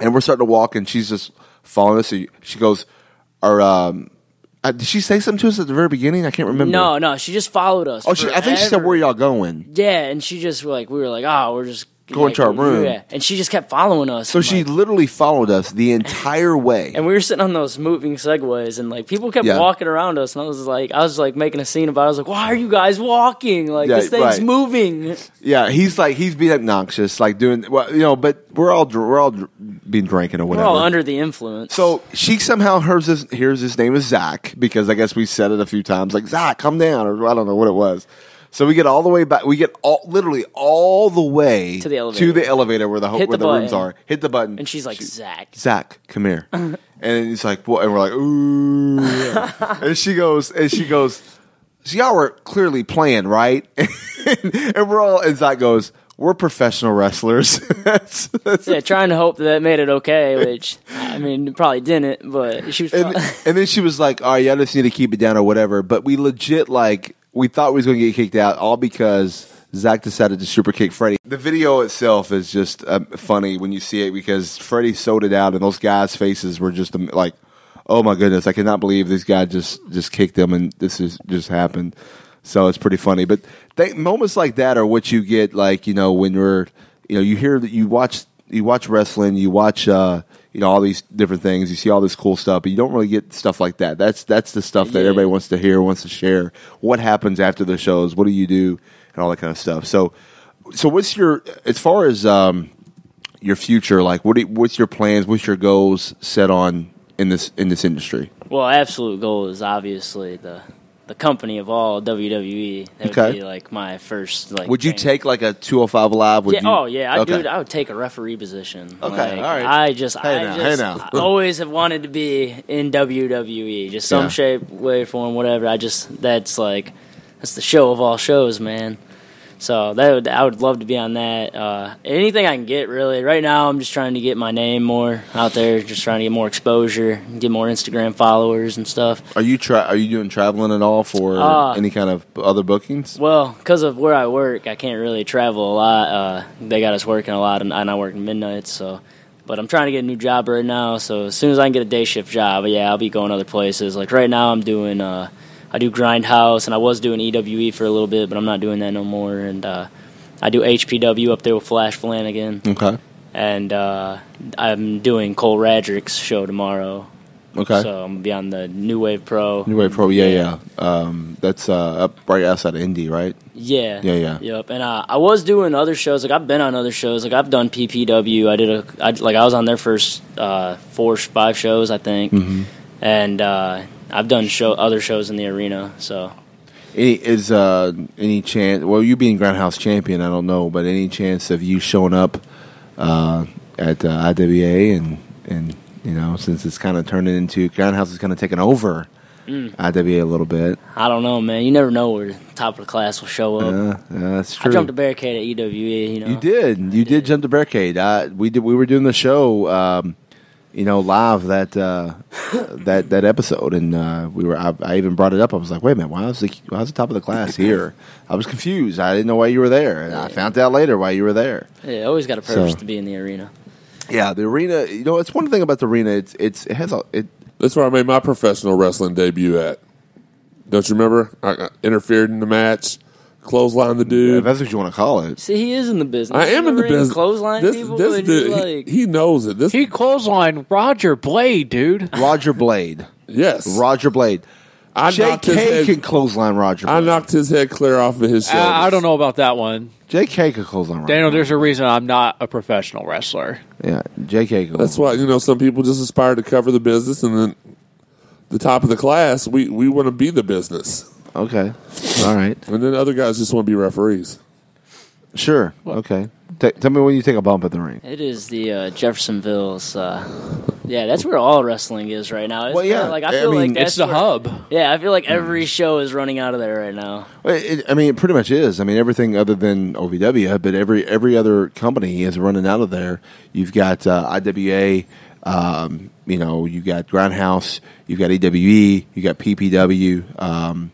Speaker 7: and we're starting to walk, and she's just following us. She she goes, "Or um, uh, did she say something to us at the very beginning? I can't remember."
Speaker 9: no, no. She just followed us.
Speaker 7: Oh, she, I think she said,
Speaker 9: forever.
Speaker 7: "Where y'all going?"
Speaker 9: Yeah, and she just like we were like, "Oh, we're just
Speaker 7: Going
Speaker 9: like,
Speaker 7: to our room."
Speaker 9: Yeah, and she just kept following us.
Speaker 7: So
Speaker 9: and,
Speaker 7: she
Speaker 9: like-
Speaker 7: literally followed us the entire way.
Speaker 9: and we were sitting on those moving segways, and like people kept
Speaker 7: Yeah.
Speaker 9: walking around us, and I was like, I was like making a scene about. it. I was like, "Why are you guys walking? Like
Speaker 7: Yeah,
Speaker 9: this thing's
Speaker 7: right.
Speaker 9: moving."
Speaker 7: Yeah, he's like he's being obnoxious, like doing well, you know. But we're all dr- we're all dr- being drinking or
Speaker 9: We're
Speaker 7: whatever.
Speaker 9: all under the influence.
Speaker 7: So she somehow hears his, hears his name is Zach because I guess we said it a few times, like Zach, come down, or I don't know what it was. So we get all the way back. We get all literally all the way
Speaker 9: To the elevator.
Speaker 7: to the elevator where the ho-
Speaker 9: Hit
Speaker 7: where
Speaker 9: the
Speaker 7: the rooms
Speaker 9: button.
Speaker 7: are. Hit the button,
Speaker 9: and she's like,
Speaker 7: She-
Speaker 9: "Zach."
Speaker 7: Zach, come here. and he's like, what? And we're like, ooh. and she goes, and she goes, so y'all were clearly playing, right? and we're all, and Zach goes, we're professional wrestlers. That's- that's-
Speaker 9: Yeah, trying to hope that that made it okay, which I mean, it probably didn't, but she was.
Speaker 7: and,
Speaker 9: prob-
Speaker 7: and then she was like, all right, y'all just need to keep it down or whatever. But we legit, like, we thought we was going to get kicked out all because Zach decided to super kick Freddie. The video itself is just um, funny when you see it because Freddie sold it out and those guys' faces were just um, like, oh my goodness, I cannot believe this guy just, just kicked them and this is, just happened. So it's pretty funny. But th- moments like that are what you get, like, you know, when you're, you know, you hear that you watch, you watch wrestling, you watch, uh, you know, all these different things, you see all this cool stuff, but you don't really get stuff like that. That's, that's the stuff that
Speaker 9: Yeah.
Speaker 7: everybody wants to hear, wants to share. What happens after the shows? What do you do? And all that kind of stuff. So, so what's your, as far as, um, your future, like what? Do, what's your plans? What's your goals set on in this in this industry?
Speaker 9: well, absolute goal is obviously the the company of all WWE. That would
Speaker 7: Okay.
Speaker 9: be like my first. Like,
Speaker 7: Would you
Speaker 9: thing.
Speaker 7: take like a 205 live? Would
Speaker 9: Yeah,
Speaker 7: you,
Speaker 9: oh yeah, I
Speaker 7: Okay.
Speaker 9: dude, I would take a referee position.
Speaker 7: Okay,
Speaker 9: Like,
Speaker 7: all right.
Speaker 9: I just,
Speaker 7: Hey
Speaker 9: I
Speaker 7: now,
Speaker 9: just,
Speaker 7: hey now.
Speaker 9: I always have wanted to be in WWE, just some
Speaker 7: Yeah.
Speaker 9: shape, way, form, whatever. I just, that's like, that's the show of all shows, man. So that would, I would love to be on that. Uh, anything I can get, really. Right now, I'm just trying to get my name more out there, just trying to get more exposure, get more Instagram followers and stuff.
Speaker 7: Are you tra- Are you doing traveling at all for
Speaker 9: Uh,
Speaker 7: any kind of other bookings?
Speaker 9: Well, because of where I work, I can't really travel a lot. Uh, they got us working a lot, and, and I work midnights. So, but I'm trying to get a new job right now. So as soon as I can get a day shift job, yeah, I'll be going other places. Like right now, I'm doing uh, I do Grindhouse, and I was doing EWE for a little bit, but I'm not doing that no more. And uh, I do HPW up there with Flash Flanagan,
Speaker 7: Okay.
Speaker 9: and uh, I'm doing Cole Radrick's show tomorrow.
Speaker 7: Okay.
Speaker 9: So I'm gonna be on the New Wave Pro.
Speaker 7: New Wave Pro, yeah, yeah. Um, that's uh, up right outside of Indy, right?
Speaker 9: Yeah.
Speaker 7: Yeah, yeah.
Speaker 9: Yep. And uh, I was doing other shows. Like I've been on other shows. Like I've done PPW. I did a I, like I was on their first uh, four five shows I think,
Speaker 8: Mm-hmm.
Speaker 9: and uh, I've done show other shows in the arena. So
Speaker 7: Any, is uh, any chance? Well, you being Groundhouse champion, I don't know, but any chance of you showing up uh, at uh, IWA and and you know since it's kind of turning into Groundhouse is kind of taking over
Speaker 9: Mm.
Speaker 7: IWA a little bit.
Speaker 9: I don't know, man. You never know where the top of the class will show up.
Speaker 7: Uh, uh, that's
Speaker 9: I
Speaker 7: true.
Speaker 9: jumped a barricade at EWE. You know.
Speaker 7: You did. You Oh. did jump the barricade. I, we did. We were doing the show, um, you know, live that uh, that that episode, and uh, we were. I, I even brought it up. I was like, "Wait a minute, why was the why was the top of the class here?" I was confused. I didn't know why you were there, and I found out later why you were there.
Speaker 9: Yeah, always got a purpose
Speaker 7: So-
Speaker 9: to be in the arena.
Speaker 7: Yeah, the arena. You know, it's one thing about the arena. It's it's it has a it.
Speaker 8: That's where I made my professional wrestling debut at. Don't you remember? I I interfered in the match, clotheslined the
Speaker 7: If
Speaker 8: dude.
Speaker 7: that's what you want to call it.
Speaker 9: See, he is in the business.
Speaker 8: I am in the
Speaker 9: ring,
Speaker 8: business.
Speaker 9: Clothesline
Speaker 8: this,
Speaker 9: people.
Speaker 8: this
Speaker 9: and he's
Speaker 8: dude, he-
Speaker 9: like,
Speaker 8: he, knows it. This
Speaker 10: He clotheslined Roger Blade, dude.
Speaker 7: Roger Blade.
Speaker 8: yes,
Speaker 7: Roger Blade.
Speaker 8: I knocked his
Speaker 7: JK
Speaker 8: head.
Speaker 7: can clothesline Roger.
Speaker 8: I
Speaker 7: Blade.
Speaker 8: knocked his head clear off of his shoulders.
Speaker 10: I, I don't know about that one.
Speaker 7: JK can clothesline Roger.
Speaker 10: Daniel, there's a reason I'm not a professional wrestler.
Speaker 7: yeah, JK. Can
Speaker 8: That's why you know some people just aspire to cover the business, and then the top of the class, we we want to be the business,
Speaker 7: okay. All right.
Speaker 8: and then other guys just want to be referees.
Speaker 7: Sure. Okay. Ta tell me when you take a bump at the ring.
Speaker 9: It is the uh, Jeffersonville's. Uh, yeah, that's where all wrestling is right now. It's
Speaker 7: Well, yeah,
Speaker 9: kinda Like I
Speaker 7: I
Speaker 9: feel
Speaker 7: mean,
Speaker 9: like that's
Speaker 10: It's the
Speaker 9: where-
Speaker 10: hub.
Speaker 9: Yeah, I feel like every
Speaker 7: Mm.
Speaker 9: show is running out of there right now.
Speaker 7: Well, It, I mean, it pretty much is. I mean, everything other than OVW, but every every other company is running out of there. You've got uh, IWA, um, you know, you got Grindhouse, you've got EWE, you got PPW. Um,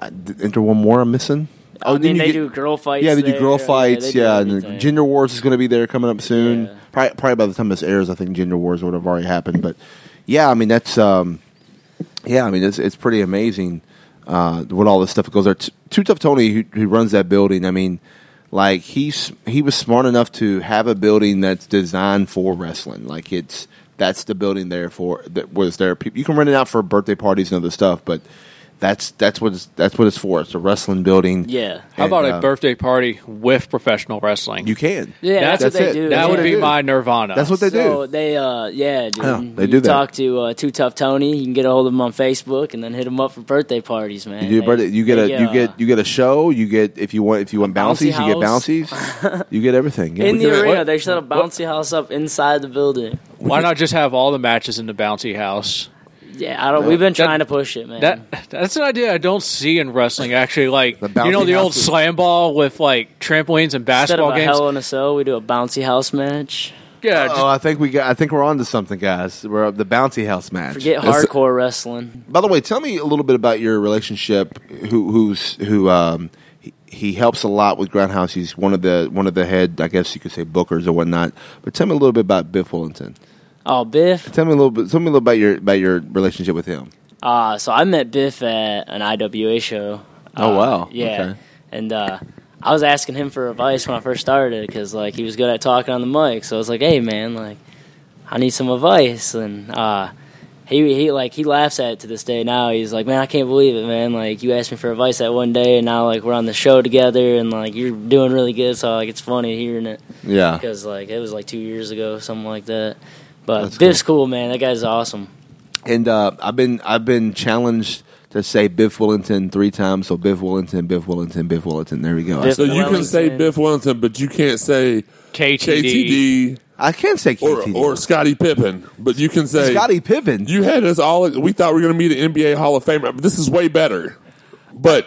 Speaker 7: I- is there one more I'm missing?
Speaker 9: I
Speaker 7: Oh, then
Speaker 9: mean,
Speaker 7: you
Speaker 9: they
Speaker 7: get-
Speaker 9: do girl fights.
Speaker 7: Yeah, they do
Speaker 9: there.
Speaker 7: girl
Speaker 9: they
Speaker 7: fights.
Speaker 9: do
Speaker 7: Yeah,
Speaker 9: everything.
Speaker 7: and Gender Wars is going to be there coming up soon.
Speaker 9: Yeah.
Speaker 7: Probably, probably by the time this airs, I think Gender Wars would have already happened. But yeah, I mean that's um, yeah, I mean it's it's pretty amazing uh, what all this stuff goes there. T- Two Tough Tony, who, who runs that building, I mean, like he's he was smart enough to have a building that's designed for wrestling. Like it's that's the building there for that was there. Peop- You can rent it out for birthday parties and other stuff, but. That's that's what it's, that's what it's for. It's a wrestling building.
Speaker 9: Yeah.
Speaker 10: How
Speaker 7: And,
Speaker 10: about a
Speaker 7: uh,
Speaker 10: birthday party with professional wrestling?
Speaker 7: You can.
Speaker 9: Yeah, that's,
Speaker 10: That's
Speaker 9: what they
Speaker 7: it.
Speaker 9: do.
Speaker 7: That's
Speaker 10: that
Speaker 9: yeah.
Speaker 10: would
Speaker 7: what
Speaker 10: be
Speaker 7: they do.
Speaker 10: my Nirvana.
Speaker 7: That's what they
Speaker 9: so
Speaker 7: do.
Speaker 9: they, uh, yeah, dude.
Speaker 7: Yeah, they
Speaker 9: you
Speaker 7: do that.
Speaker 9: Talk to uh, Too Tough Tony. You can get a hold of him on Facebook, and then hit him up for birthday parties, man.
Speaker 7: You, do
Speaker 9: They-
Speaker 7: birthday, you get
Speaker 9: they
Speaker 7: a you
Speaker 9: uh,
Speaker 7: get you get a show. You get if you want if you want
Speaker 9: bouncy
Speaker 7: bouncies, you get bouncies. you get everything. Yeah.
Speaker 9: in
Speaker 7: We can-
Speaker 9: the arena.
Speaker 10: what-
Speaker 9: They set a bouncy house up inside the building.
Speaker 10: Why not just have all the matches in the bouncy house?
Speaker 9: Yeah, I don't. We've been
Speaker 10: That-
Speaker 9: trying to push it, man.
Speaker 10: That that's an idea I don't see in wrestling. Actually, like
Speaker 7: The bouncy
Speaker 10: you know the old
Speaker 7: houses.
Speaker 10: slam ball with like trampolines and
Speaker 9: Instead of
Speaker 10: basketball
Speaker 9: a
Speaker 10: games.
Speaker 9: Hell in a Cell, we do a bouncy house match.
Speaker 10: Yeah, just-
Speaker 7: oh, I think we got. I think we're on to something, guys. We're up the bouncy house match.
Speaker 9: Forget
Speaker 7: It's-
Speaker 9: hardcore wrestling.
Speaker 7: By the way, tell me a little bit about your relationship. Who who's who? Um, he, he helps a lot with Groundhouse. He's one of the one of the head, I guess you could say, bookers or whatnot. But tell me a little bit about Biff Wellington.
Speaker 9: Oh, Biff.
Speaker 7: Tell me a little bit. Tell me a little about your about your relationship with him.
Speaker 9: Uh, so I met Biff at an IWA show.
Speaker 7: Oh,
Speaker 9: Uh,
Speaker 7: wow.
Speaker 9: Yeah,
Speaker 7: Okay.
Speaker 9: and uh, I was asking him for advice when I first started because like he was good at talking on the mic. So I was like, "Hey, man, like I need some advice." And uh, he he like he laughs at it to this day. Now he's like, "Man, I can't believe it, man! Like you asked me for advice that one day, and now like we're on the show together, and like you're doing really good. So like it's funny hearing it."
Speaker 7: Yeah,
Speaker 9: because like it was like two years ago, something like that. But
Speaker 7: That's
Speaker 9: Biff's cool. man. That guy's awesome.
Speaker 7: And uh, I've been I've been challenged to say Biff Willington three times. So Biff Willington, Biff Willington, Biff Willington. There we go.
Speaker 9: Biff-
Speaker 8: So you can say
Speaker 9: Wellington.
Speaker 8: Biff Wellington, but you can't say
Speaker 10: KTD.
Speaker 8: KTD
Speaker 7: I can say
Speaker 8: or
Speaker 7: KTD.
Speaker 8: or Scottie Pippen. But you can say
Speaker 7: Scottie Pippen.
Speaker 8: You had us all. We thought we were going to meet an NBA Hall of Famer. But this is way better. But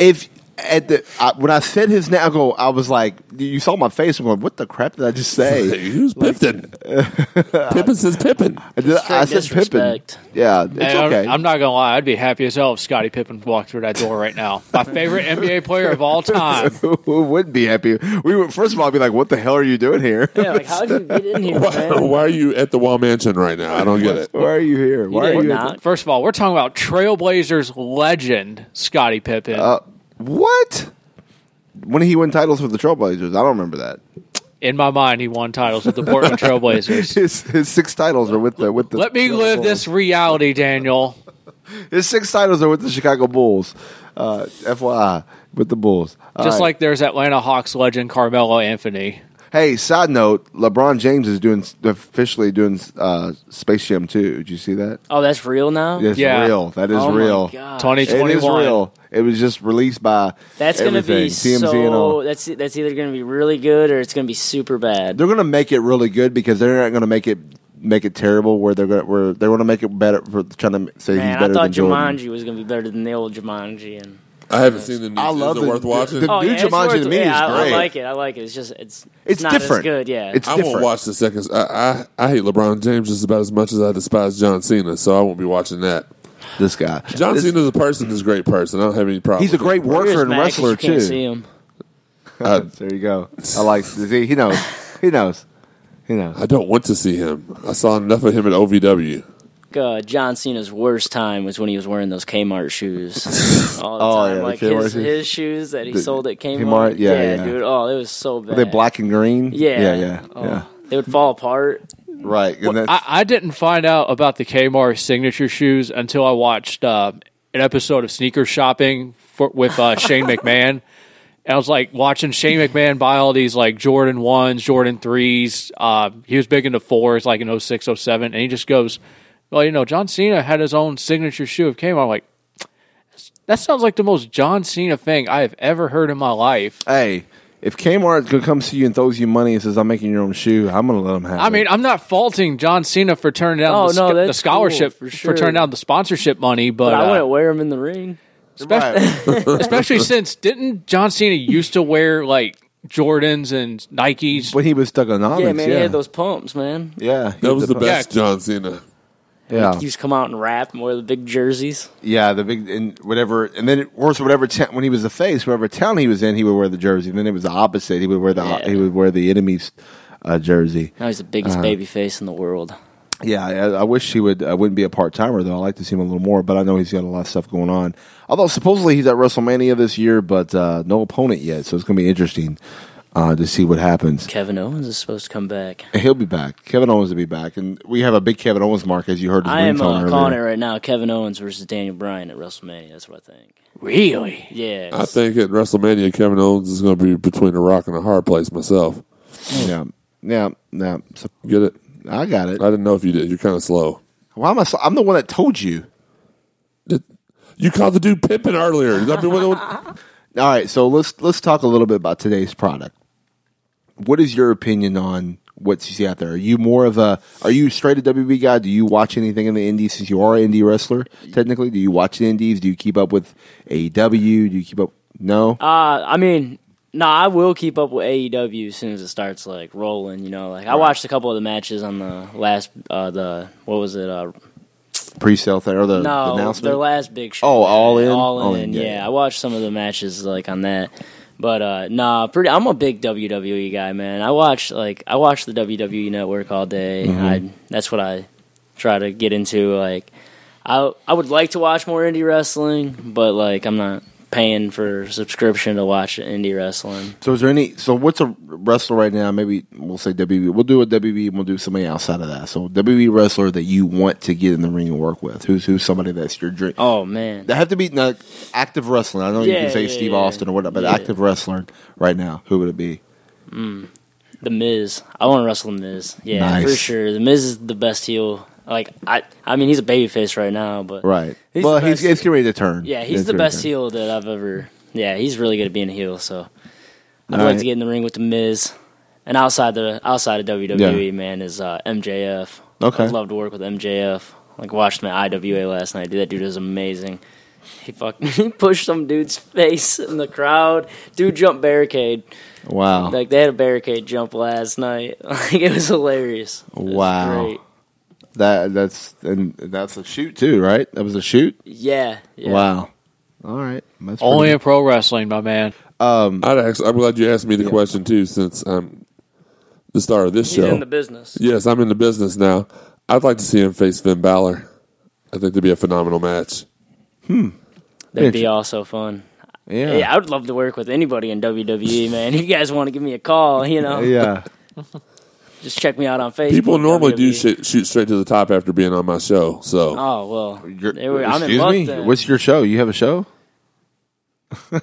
Speaker 7: if at the I, when I said his name, I go. I was like, you saw my face. I'm going, what the crap did I just say?
Speaker 8: Who's Pippin? Pippin says Pippin.
Speaker 7: I, did, I
Speaker 9: Straight
Speaker 7: said Pippin.
Speaker 9: disrespect.
Speaker 7: Yeah, it's
Speaker 10: And I'm-
Speaker 7: okay.
Speaker 10: I'm, not gonna lie. I'd be happy as hell if Scottie Pippen walked through that door right now. My favorite NBA player of all time.
Speaker 7: Who would be happy? We would first of all I'd be like, "What the hell are you doing here?
Speaker 9: Yeah, like how'd you get in here,
Speaker 8: Why,
Speaker 9: man?
Speaker 8: why are you at the Wall Mansion right now? I don't get it.
Speaker 7: Why are you here?
Speaker 9: You
Speaker 7: Why are
Speaker 9: did
Speaker 7: you at
Speaker 9: not.
Speaker 10: First of all, we're talking about Trailblazers legend Scottie Pippen.
Speaker 7: Uh, the- what?" When he won titles for the Trailblazers, I don't remember that.
Speaker 10: in my mind, he won titles with the Portland Trailblazers.
Speaker 7: His, his six titles are with the with the.
Speaker 10: Let me live this reality, Daniel.
Speaker 7: His six titles are with the Chicago Bulls. Uh, FYI, with the Bulls. All
Speaker 10: Just
Speaker 7: right.
Speaker 10: like there's Atlanta Hawks legend Carmelo Anthony.
Speaker 7: Hey, side note: LeBron James is doing officially doing uh, Space Jam 2. Did you see that?
Speaker 9: Oh, that's real now.
Speaker 7: It's
Speaker 10: Yeah.
Speaker 7: real. That is
Speaker 9: Oh my
Speaker 7: real.
Speaker 9: gosh.
Speaker 7: It is
Speaker 10: 2021.
Speaker 7: real. It was just released by
Speaker 9: That's gonna
Speaker 7: everything,
Speaker 9: be
Speaker 7: TMZ and
Speaker 9: so.
Speaker 7: all.
Speaker 9: That's that's either gonna be really good or it's gonna be super bad.
Speaker 7: They're gonna make it really good because they're not gonna make it make it terrible. Where they're gonna where they want to make it better for trying to say he's
Speaker 9: Man, I
Speaker 7: better
Speaker 9: thought
Speaker 7: than Jordan.
Speaker 9: Jumanji was gonna be better than the old Jumanji, and
Speaker 8: I haven't seen the news.
Speaker 7: I love
Speaker 8: is it
Speaker 7: the-
Speaker 8: worth watching?
Speaker 7: the- the-
Speaker 9: oh
Speaker 7: New
Speaker 9: yeah, it's
Speaker 7: Jumanji
Speaker 9: worth-
Speaker 7: to me is
Speaker 9: yeah, I-
Speaker 7: great.
Speaker 9: I like it. I like it. It's just it's
Speaker 7: It's
Speaker 9: not
Speaker 7: different.
Speaker 9: As good, yeah.
Speaker 7: It's
Speaker 8: I
Speaker 7: different.
Speaker 8: won't watch the seconds. I, I I hate LeBron James just about as much as I despise John Cena, so I won't be watching that.
Speaker 7: this guy.
Speaker 8: John
Speaker 7: This-
Speaker 8: Cena's a person, is a great person. I don't have any problem.
Speaker 7: He's a
Speaker 8: with
Speaker 7: great
Speaker 8: him.
Speaker 7: worker and
Speaker 9: Mad 'cause
Speaker 7: wrestler
Speaker 9: you can't
Speaker 7: too.
Speaker 9: See him.
Speaker 7: Uh, there you go. I like. See, he knows. He knows. He knows.
Speaker 8: I don't want to see him. I saw enough of him at OVW.
Speaker 9: uh, John Cena's worst time was when he was wearing those Kmart shoes all the
Speaker 7: Oh,
Speaker 9: time.
Speaker 7: yeah, the
Speaker 9: like
Speaker 7: Kmart
Speaker 9: his,
Speaker 7: shoes.
Speaker 9: his shoes that he
Speaker 7: The-
Speaker 9: sold at Kmart.
Speaker 7: Kmart, yeah, yeah.
Speaker 9: dude. Oh, it was so
Speaker 7: Are
Speaker 9: bad.
Speaker 7: they black and green?
Speaker 9: Yeah,
Speaker 7: yeah, yeah.
Speaker 9: Oh,
Speaker 7: yeah.
Speaker 9: They would fall apart.
Speaker 7: Right. and that's-
Speaker 10: I, I didn't find out about the Kmart signature shoes until I watched uh, an episode of Sneaker Shopping for, with uh, Shane McMahon. And I was like watching Shane McMahon buy all these like Jordan 1s, Jordan 3s. Uh, he was big into 4s like in 06, 07. And he just goes, Well, you know, John Cena had his own signature shoe of Kmart. I'm like, That sounds like the most John Cena thing I have ever heard in my life.
Speaker 7: hey, if Kmart could come see you and throws you money and says, "I'm making your own shoe," I'm gonna let him have.
Speaker 10: I mean, I'm not faulting John Cena for turning down
Speaker 9: Oh,
Speaker 10: the, sc-
Speaker 9: no,
Speaker 10: the
Speaker 9: that's
Speaker 10: scholarship
Speaker 9: cool, for
Speaker 10: for,
Speaker 9: sure.
Speaker 10: turning down the sponsorship money, but,
Speaker 9: But I
Speaker 10: uh,
Speaker 9: wouldn't wear them in the ring.
Speaker 10: especially, especially since didn't John Cena used to wear like Jordans and Nikes?
Speaker 7: when he was stuck on
Speaker 9: Yeah,
Speaker 7: Onyx,
Speaker 9: man, he had those pumps, man.
Speaker 7: yeah, he
Speaker 8: That was the
Speaker 7: punk.
Speaker 8: best John Cena.
Speaker 7: Yeah,
Speaker 9: He used to come out and rap and wear the big jerseys.
Speaker 7: yeah, the big and whatever, and then it, worse, whatever town when he was the face, whatever town he was in, he would wear the jersey. And then it was the opposite; he would wear the
Speaker 9: Yeah.
Speaker 7: he would wear the enemy's uh, jersey.
Speaker 9: Now he's the biggest
Speaker 7: Uh-huh.
Speaker 9: baby face in the world.
Speaker 7: Yeah, I, I wish he would. I wouldn't be a part timer though. I like to see him a little more, but I know he's got a lot of stuff going on. Although supposedly he's at WrestleMania this year, but uh, no opponent yet, so it's going to be interesting uh, to see what happens.
Speaker 9: Kevin Owens is supposed to come back.
Speaker 7: He'll be back. Kevin Owens will be back, and we have a big Kevin Owens mark as you heard. His
Speaker 9: I am
Speaker 7: ringtone
Speaker 9: uh,
Speaker 7: earlier.
Speaker 9: calling it right now. Kevin Owens versus Daniel Bryan at WrestleMania. That's what I think. Really? Yeah.
Speaker 8: I think at WrestleMania, Kevin Owens is going to be between a rock and a hard place myself.
Speaker 7: Yeah, yeah, yeah. So
Speaker 8: Get it?
Speaker 7: I got it.
Speaker 8: I didn't know if you did. You're kind of slow.
Speaker 7: Why am I? So, I'm the one that told you.
Speaker 8: You called the dude Pippin earlier. I mean, what-
Speaker 7: All right, so let's let's talk a little bit about today's product. What is your opinion on what you see out there? Are you more of a are you straight a WB guy? Do you watch anything in the indies since you are an indie wrestler? Technically, do you watch the indies? Do you keep up with AEW? Do you keep up? No,
Speaker 9: Uh, I mean, no, I will keep up with AEW as soon as it starts like rolling. You know, like I watched a couple of the matches on the last, uh, the what was it? Uh,
Speaker 7: pre-sale thing or the, the
Speaker 9: no,
Speaker 7: announcement.
Speaker 9: their last big show.
Speaker 7: Oh, All In?
Speaker 9: all in,
Speaker 7: All In,
Speaker 9: yeah,
Speaker 7: yeah, yeah.
Speaker 9: I watched some of the matches like on that. But uh, nah, pretty. I'm a big WWE guy, man. I watch like I watch the WWE Network all day.
Speaker 7: Mm-hmm.
Speaker 9: I that's what I try to get into. Like, I I would like to watch more indie wrestling, but like I'm not paying for subscription to watch indie wrestling.
Speaker 7: So is there any? So what's a wrestler right now? Maybe we'll say WB. We'll do a WB and we'll do somebody outside of that. So WB wrestler that you want to get in the ring and work with. Who's who's somebody that's your dream?
Speaker 9: Oh man,
Speaker 7: They have to be like, active wrestling. I know you
Speaker 9: Yeah,
Speaker 7: can say
Speaker 9: yeah,
Speaker 7: Steve
Speaker 9: yeah.
Speaker 7: Austin or whatever, but
Speaker 9: Yeah.
Speaker 7: active wrestling right now. Who would it be?
Speaker 9: The Miz. I want to wrestle The Miz. Yeah,
Speaker 7: Nice.
Speaker 9: for sure. The Miz is the best heel. Like I, I mean, he's a babyface right now, but
Speaker 7: Right.
Speaker 9: He's
Speaker 7: well,
Speaker 9: the
Speaker 7: he's
Speaker 9: best.
Speaker 7: it's getting ready to turn.
Speaker 9: yeah, he's
Speaker 7: It's
Speaker 9: the
Speaker 7: getting ready
Speaker 9: best
Speaker 7: to turn.
Speaker 9: heel that I've ever. Yeah, he's really good at being a heel. So I'd
Speaker 7: All
Speaker 9: like
Speaker 7: right.
Speaker 9: to get in the ring with the Miz. And outside the outside of WWE,
Speaker 7: Yeah.
Speaker 9: man, is uh, MJF.
Speaker 7: Okay.
Speaker 9: I'd love to work with MJF. Like watched my IWA last night. Dude, that dude is amazing. He fucking he pushed some dude's face in the crowd. Dude jumped barricade.
Speaker 7: Wow.
Speaker 9: Like they had a barricade jump last night. Like it was hilarious. It was
Speaker 7: Wow.
Speaker 9: great.
Speaker 7: That that's and that's a shoot too, right? That was a shoot.
Speaker 9: Yeah. yeah.
Speaker 7: Wow. All right. That's
Speaker 10: Only
Speaker 7: pretty-
Speaker 10: in pro wrestling, my man.
Speaker 8: I'd ask, I'm glad you asked me the question too, since I'm the star of this
Speaker 9: He's
Speaker 8: show.
Speaker 9: in the business.
Speaker 8: yes, I'm in the business now. I'd like to see him face Finn Balor. I think that'd be a phenomenal match.
Speaker 9: That'd be also fun.
Speaker 7: yeah.
Speaker 9: Yeah. I would love to work with anybody in WWE, man. If you guys want to give me a call, you know,
Speaker 7: Yeah.
Speaker 9: just check me out on Facebook.
Speaker 8: People normally do
Speaker 9: WWE.
Speaker 8: shit, shoot straight to the top after being on my show. So
Speaker 9: Oh well,
Speaker 7: Your-
Speaker 9: They were- I'm in
Speaker 7: excuse
Speaker 9: luck
Speaker 7: me.
Speaker 9: then.
Speaker 7: What's your show? You have a show? I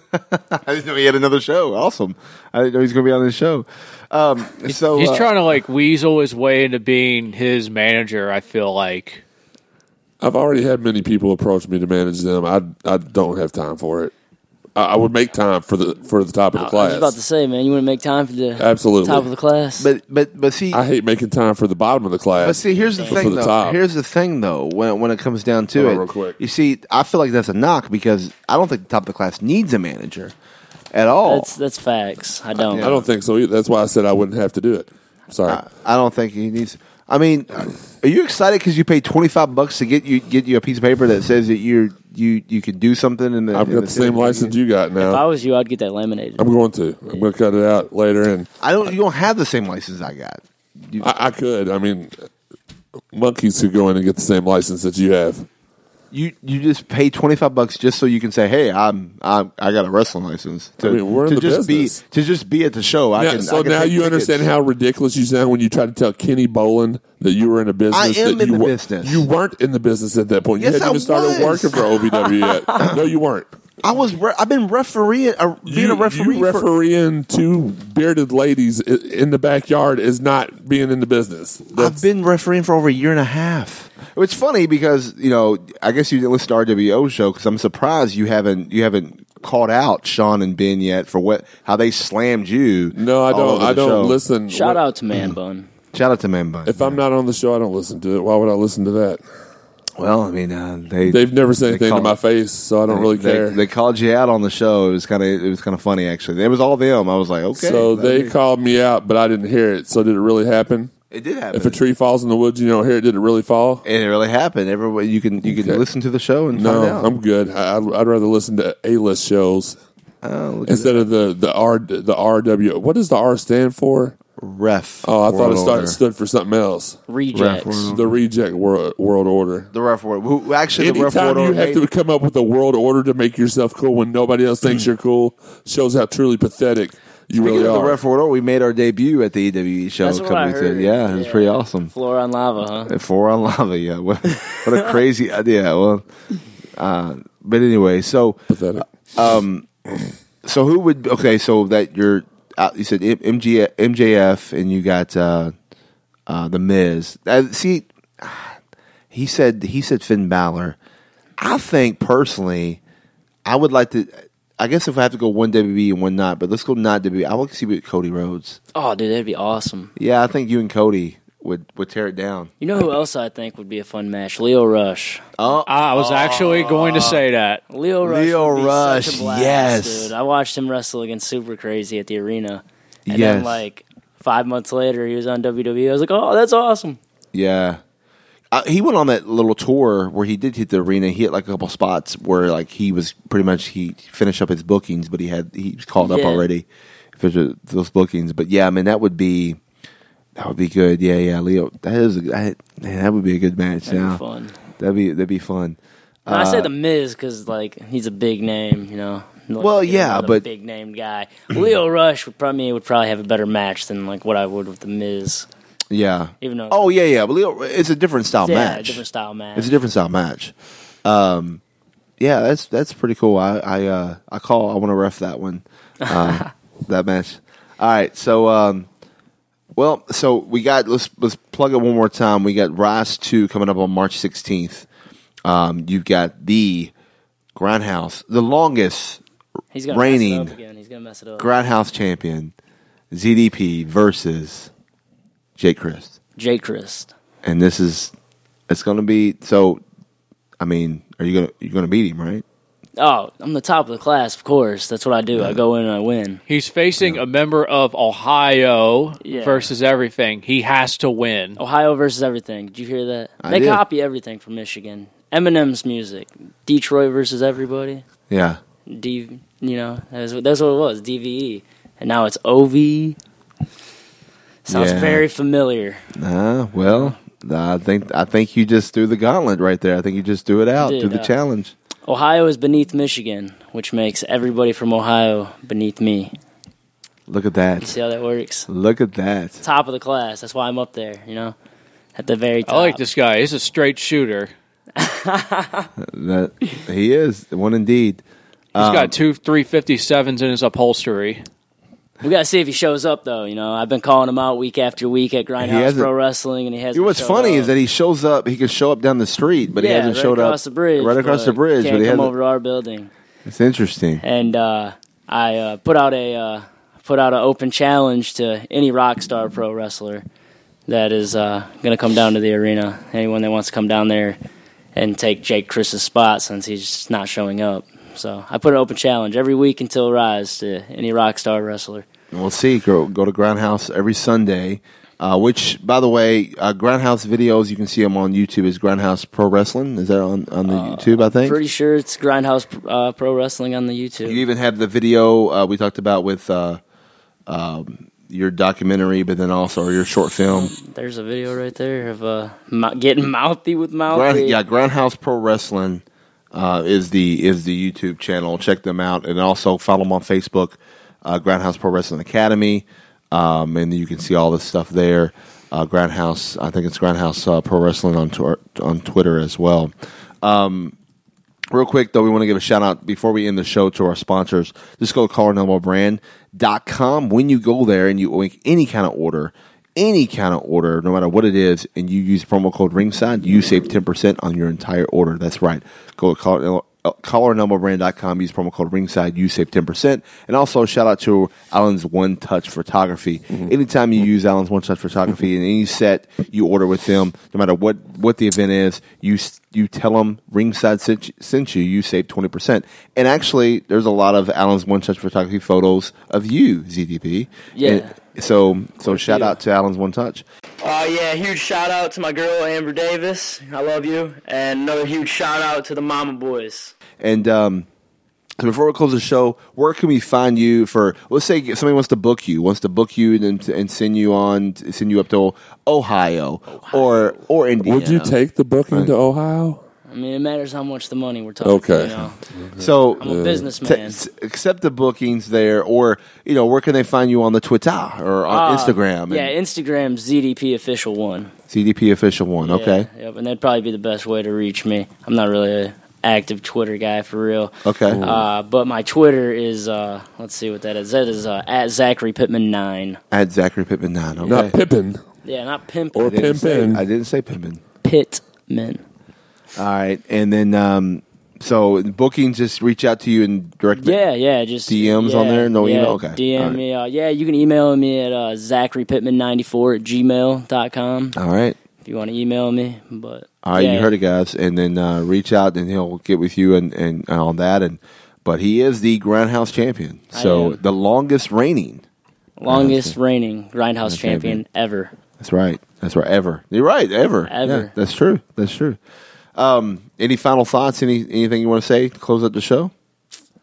Speaker 7: didn't know he had another show. Awesome. I didn't know he's going to be on this show. Um, so
Speaker 10: He's
Speaker 7: uh,
Speaker 10: trying to like weasel his way into being his manager. I feel like
Speaker 8: I've already had many people approach me to manage them. I I don't have time for it. I, I would make time for the for the top of the
Speaker 9: I was about to
Speaker 8: class.
Speaker 9: say, man, you want to make time for the
Speaker 8: Absolutely.
Speaker 9: top of the class.
Speaker 7: but but but see,
Speaker 8: I hate making time for the bottom of the class.
Speaker 7: But see, here's the
Speaker 8: For
Speaker 7: thing,
Speaker 8: the
Speaker 7: though.
Speaker 8: top.
Speaker 7: Here's the thing, though. When when it comes down to
Speaker 8: Hold
Speaker 7: it,
Speaker 8: on real quick.
Speaker 7: you see, I feel like that's a knock because I don't think the top of the class needs a manager at all.
Speaker 9: that's that's facts. I don't.
Speaker 8: I don't think so. Either. That's why I said I wouldn't have to do it. Sorry.
Speaker 7: I don't think he needs. I mean, are you excited because you paid twenty five bucks to get you get you a piece of paper that says that you're you you can do something? And
Speaker 8: I've got the same license you got
Speaker 9: If I
Speaker 8: now.
Speaker 9: was you, I'd get that laminated.
Speaker 8: I'm going to. I'm going to cut it out later, and
Speaker 7: I don't. You don't have the same license I got.
Speaker 8: I, I could. I mean, monkeys could go in and get the same license that you have.
Speaker 7: You you just pay twenty five bucks just so you can say, hey, I'm I'm I got a wrestling license. To,
Speaker 8: I mean, we're in
Speaker 7: to
Speaker 8: the
Speaker 7: just
Speaker 8: business.
Speaker 7: be to just be at the show. I
Speaker 8: Now-
Speaker 7: can,
Speaker 8: so
Speaker 7: I can
Speaker 8: now
Speaker 7: take
Speaker 8: you
Speaker 7: tickets.
Speaker 8: understand how ridiculous you sound when you try to tell Kenny Boland that you were in a business.
Speaker 7: I am
Speaker 8: that
Speaker 7: in
Speaker 8: you
Speaker 7: the
Speaker 8: were-
Speaker 7: business.
Speaker 8: You weren't in the business at that point.
Speaker 7: Yes,
Speaker 8: you hadn't
Speaker 7: I
Speaker 8: even started
Speaker 7: was.
Speaker 8: working for OVW yet. no, you weren't.
Speaker 7: I was. Re- I've been refereeing. Uh, being
Speaker 8: you,
Speaker 7: a referee.
Speaker 8: you
Speaker 7: for-
Speaker 8: refereeing two bearded ladies i- in the backyard is not being in the business.
Speaker 7: I've
Speaker 8: That's-
Speaker 7: been refereeing for over a year and a half. It's funny because you know I guess you didn't listen to RWO show because I'm surprised you haven't you haven't called out Sean and Ben yet for what how they slammed you.
Speaker 8: no, I
Speaker 7: all
Speaker 8: don't.
Speaker 7: over
Speaker 8: I
Speaker 7: the
Speaker 8: don't
Speaker 7: show.
Speaker 8: listen.
Speaker 9: Shout
Speaker 8: What-
Speaker 9: out to Man Bun.
Speaker 7: Shout out to Man Bun.
Speaker 8: If I'm not on the show, I don't listen to it. Why would I listen to that?
Speaker 7: well, I mean uh, they
Speaker 8: They've never said anything to
Speaker 7: call-
Speaker 8: my face, so I don't really
Speaker 7: they-
Speaker 8: care.
Speaker 7: They, called you out on the show. It was kind of it was kind of funny actually. It was all them. I was like, okay.
Speaker 8: so
Speaker 7: I
Speaker 8: they
Speaker 7: mean,
Speaker 8: called me out, but I didn't hear it. So did it really happen?
Speaker 7: it did happen.
Speaker 8: If a tree falls in the woods, you don't hear it. Did it really fall?
Speaker 7: it really happened. Everyone, you can you can
Speaker 8: Okay.
Speaker 7: listen to the show and
Speaker 8: No,
Speaker 7: find out.
Speaker 8: I'm good. I, I'd I'd rather listen to A-list shows
Speaker 7: Oh, look at
Speaker 8: instead of the the R the RW. What does the R stand for?
Speaker 7: ref.
Speaker 8: Oh, I thought
Speaker 7: World
Speaker 8: it started,
Speaker 7: Order. Mm-hmm.
Speaker 8: stood for something else.
Speaker 9: Rejects.
Speaker 8: The reject world, world order.
Speaker 7: The ref word. Who actually the ref
Speaker 8: Anytime
Speaker 7: word
Speaker 8: you
Speaker 7: order
Speaker 8: have to come up with a world order to make yourself cool when nobody else thinks you're cool, shows how truly pathetic you
Speaker 7: Speaking
Speaker 8: really
Speaker 7: of the
Speaker 8: are.
Speaker 7: ref word order, we made our debut at the EWE show
Speaker 9: That's
Speaker 7: a
Speaker 9: what
Speaker 7: couple
Speaker 9: I
Speaker 7: weeks
Speaker 9: heard.
Speaker 7: ago. Yeah, it was
Speaker 9: Yeah.
Speaker 7: pretty awesome.
Speaker 9: Floor on lava, huh?
Speaker 7: And Four on lava. Yeah, what, what a crazy idea. Well, uh, but anyway, so
Speaker 8: pathetic.
Speaker 7: so who would okay? So that you're uh, you said M- MG, MJF and you got uh, uh, the Miz. Uh, see, he said he said Finn Balor. I think personally, I would like to. I guess if I have to go one WWE and one not, but let's go not WWE. I want to see what Cody Rhodes.
Speaker 9: Oh, dude, that'd be awesome.
Speaker 7: Yeah, I think you and Cody would would tear it down.
Speaker 9: You know who else I think would be a fun match? Leo Rush.
Speaker 10: I was actually going to say that.
Speaker 9: Leo Rush.
Speaker 7: Leo
Speaker 9: would be such
Speaker 7: Rush,
Speaker 9: a blast,
Speaker 7: yes.
Speaker 9: dude. I watched him wrestle against Super Crazy at the arena, and
Speaker 7: Yes.
Speaker 9: then like five months later, he was on WWE. I was like, oh, that's awesome.
Speaker 7: Yeah. Uh, he went on that little tour where he did hit the arena. He hit like a couple spots where like he was pretty much he finished up his bookings, but he had he was called up
Speaker 9: Yeah.
Speaker 7: already for the- those bookings. But yeah, I mean that would be that would be good. Yeah, yeah, Leo, that is a, that, man, that would be a good match.
Speaker 9: That'd
Speaker 7: now
Speaker 9: be fun.
Speaker 7: that'd be that'd be fun.
Speaker 9: And I
Speaker 7: Uh,
Speaker 9: say the Miz because like he's a big name, you know. Like,
Speaker 7: Well,
Speaker 9: he's
Speaker 7: yeah,
Speaker 9: another
Speaker 7: but-
Speaker 9: big name guy. Leo Rush would probably would probably have a better match than like what I would with the Miz.
Speaker 7: Yeah.
Speaker 9: Even though-
Speaker 7: oh yeah, yeah, but Leo, it's a different style
Speaker 9: yeah,
Speaker 7: match.
Speaker 9: different style match.
Speaker 7: It's a different style match. Um, yeah, that's that's pretty cool. I I uh, I call. I want to ref that one, uh, that match. All right, so um, well, so we got let's let's plug it one more time. We got Rise Two coming up on March sixteenth. Um, you've got the Grindhouse, the longest
Speaker 9: He's gonna
Speaker 7: reigning.
Speaker 9: mess it up again. He's gonna mess it up.
Speaker 7: Grindhouse champion, ZDP versus Jake Christ.
Speaker 9: Jay Christ.
Speaker 7: and this is it's going to be so. I mean, are you gonna you're gonna beat him, right?
Speaker 9: Oh, I'm the top of the class, of course. That's what I do. I go in and I win.
Speaker 10: He's facing a member of Ohio
Speaker 9: Yeah.
Speaker 10: versus everything. He has to win.
Speaker 9: Ohio versus everything. Did you hear that?
Speaker 7: I
Speaker 9: they
Speaker 7: did.
Speaker 9: copy everything from Michigan. Eminem's music. Detroit versus everybody.
Speaker 7: Yeah.
Speaker 9: D, you know, that's what, that's what it was. DVE, and now it's OV. Sounds
Speaker 7: Yeah.
Speaker 9: very familiar.
Speaker 7: Uh, well, I think I think you just threw the gauntlet right there. I think you just threw it out,
Speaker 9: Did,
Speaker 7: threw the
Speaker 9: uh,
Speaker 7: challenge.
Speaker 9: Ohio is beneath Michigan, which makes everybody from Ohio beneath me.
Speaker 7: Look at that.
Speaker 9: See how that works?
Speaker 7: Look at that.
Speaker 9: Top of the class. That's why I'm up there. You know, at the very top.
Speaker 10: I like this guy. He's a straight shooter.
Speaker 7: That he is one indeed.
Speaker 10: He's got two 357s in his upholstery.
Speaker 9: We gotta see if he shows up though. You know, I've been calling him out week after week at Grindhouse
Speaker 7: hasn't-
Speaker 9: Pro Wrestling, and he hasn't.
Speaker 7: What's
Speaker 9: showed
Speaker 7: funny
Speaker 9: up.
Speaker 7: is that he shows up. He could show up down the street, but he
Speaker 9: Yeah,
Speaker 7: hasn't
Speaker 9: right
Speaker 7: showed
Speaker 9: across
Speaker 7: up
Speaker 9: the bridge,
Speaker 7: Right across the bridge,
Speaker 9: can't
Speaker 7: but he
Speaker 9: come
Speaker 7: hasn't.
Speaker 9: over to our building.
Speaker 7: It's interesting.
Speaker 9: and uh, I uh, put out a uh, put out an open challenge to any rock star pro wrestler that is uh, going to come down to the arena. Anyone that wants to come down there and take Jake Chris's spot since he's just not showing up. So I put an open challenge every week until Rise to any rock star wrestler.
Speaker 7: We'll see. Go go to Groundhouse every Sunday. Uh, which, by the way, uh, Groundhouse videos you can see them on YouTube. Is Groundhouse Pro Wrestling? Is that on on the YouTube? I think.
Speaker 9: Uh, Pretty sure it's Grindhouse uh, Pro Wrestling on the
Speaker 7: You
Speaker 9: YouTube.
Speaker 7: even have the video uh, we talked about with uh, um, your documentary, but then also your short film.
Speaker 9: There's a video right there of uh, mou- getting mouthy with
Speaker 7: Ground,
Speaker 9: mouthy.
Speaker 7: yeah, Groundhouse Pro Wrestling uh, is the is the YouTube channel. Check them out, and also follow them on Facebook, uh, Groundhouse Pro Wrestling Academy, um, and you can see all this stuff there. Uh, Groundhouse, I think it's Groundhouse uh, Pro Wrestling on tw- on Twitter as well. Real quick, though, we want to give a shout out before we end the show to our sponsors. Just go to collarandelbowbrand.com. When you go there and you make any kind of order, any kind of order, no matter what it is, and you use promo code ringside, you save 10% on your entire order. That's right. Go to collar, uh, collarandelbowbrand.com, use promo code ringside, you save 10%. And also, shout out to Allen's One Touch Photography. Anytime you use Allen's One Touch Photography in any set you order with them, no matter what, what the event is, you s- you tell them Ringside sent you, sent you, you save 20%. And actually, there's a lot of Allen's One Touch Photography photos of you, ZDP.
Speaker 9: Yeah.
Speaker 7: And so so shout out to Allen's One Touch.
Speaker 9: Uh, yeah, huge shout out to my girl Amber Davis. I love you, and another huge shout out to the Mama Boys.
Speaker 7: And um, so before we close the show, where can we find you for? Let's say somebody wants to book you, wants to book you and and send you on, send you up to Ohio, or or Indiana.
Speaker 8: Would you take the booking to Ohio?
Speaker 9: I mean, it matters how much the money we're talking.
Speaker 8: Okay.
Speaker 9: you know.
Speaker 7: so?
Speaker 9: I'm a
Speaker 7: t-
Speaker 9: businessman.
Speaker 7: s- accept the bookings there, or you know, where can they find you on the Twitter or on Instagram? and
Speaker 9: Ah, yeah, Instagram ZDP official one.
Speaker 7: CDP official one. Okay,
Speaker 9: Yeah, yep, and that'd probably be the best way to reach me. I'm not really a active Twitter guy for real.
Speaker 7: okay.
Speaker 9: Uh, but my Twitter is uh, let's see what that is. That is uh, at Zachary Pittman nine.
Speaker 7: At Zachary Pittman nine. Okay,
Speaker 8: Not Pippin
Speaker 9: Yeah, not Pimp
Speaker 8: or
Speaker 7: I, didn't say, I
Speaker 8: Pimpin.
Speaker 7: didn't say Pittman.
Speaker 9: Pittman.
Speaker 7: All right, and then um, so bookings just reach out to you and direct.
Speaker 9: Yeah, yeah, just
Speaker 7: DMs
Speaker 9: yeah,
Speaker 7: on there? No
Speaker 9: yeah,
Speaker 7: email? Okay,
Speaker 9: DM
Speaker 7: alright.
Speaker 9: me. Uh, yeah, you can email me at uh, ZacharyPittman94 at gmail.com
Speaker 7: All right.
Speaker 9: if you want to email me. But
Speaker 7: All right, you
Speaker 9: yeah.
Speaker 7: heard it, guys. And then uh, reach out, and he'll get with you and, and, and on that. And but he is the Groundhouse champion,
Speaker 9: I
Speaker 7: so
Speaker 9: am.
Speaker 7: the longest reigning.
Speaker 9: Longest reigning Grindhouse champion
Speaker 7: champion.
Speaker 9: ever.
Speaker 7: That's right. That's right. Ever. You're right. Ever.
Speaker 9: Ever.
Speaker 7: Yeah, that's true. That's true. Um, any final thoughts? Any anything you want to say? to Close up the show.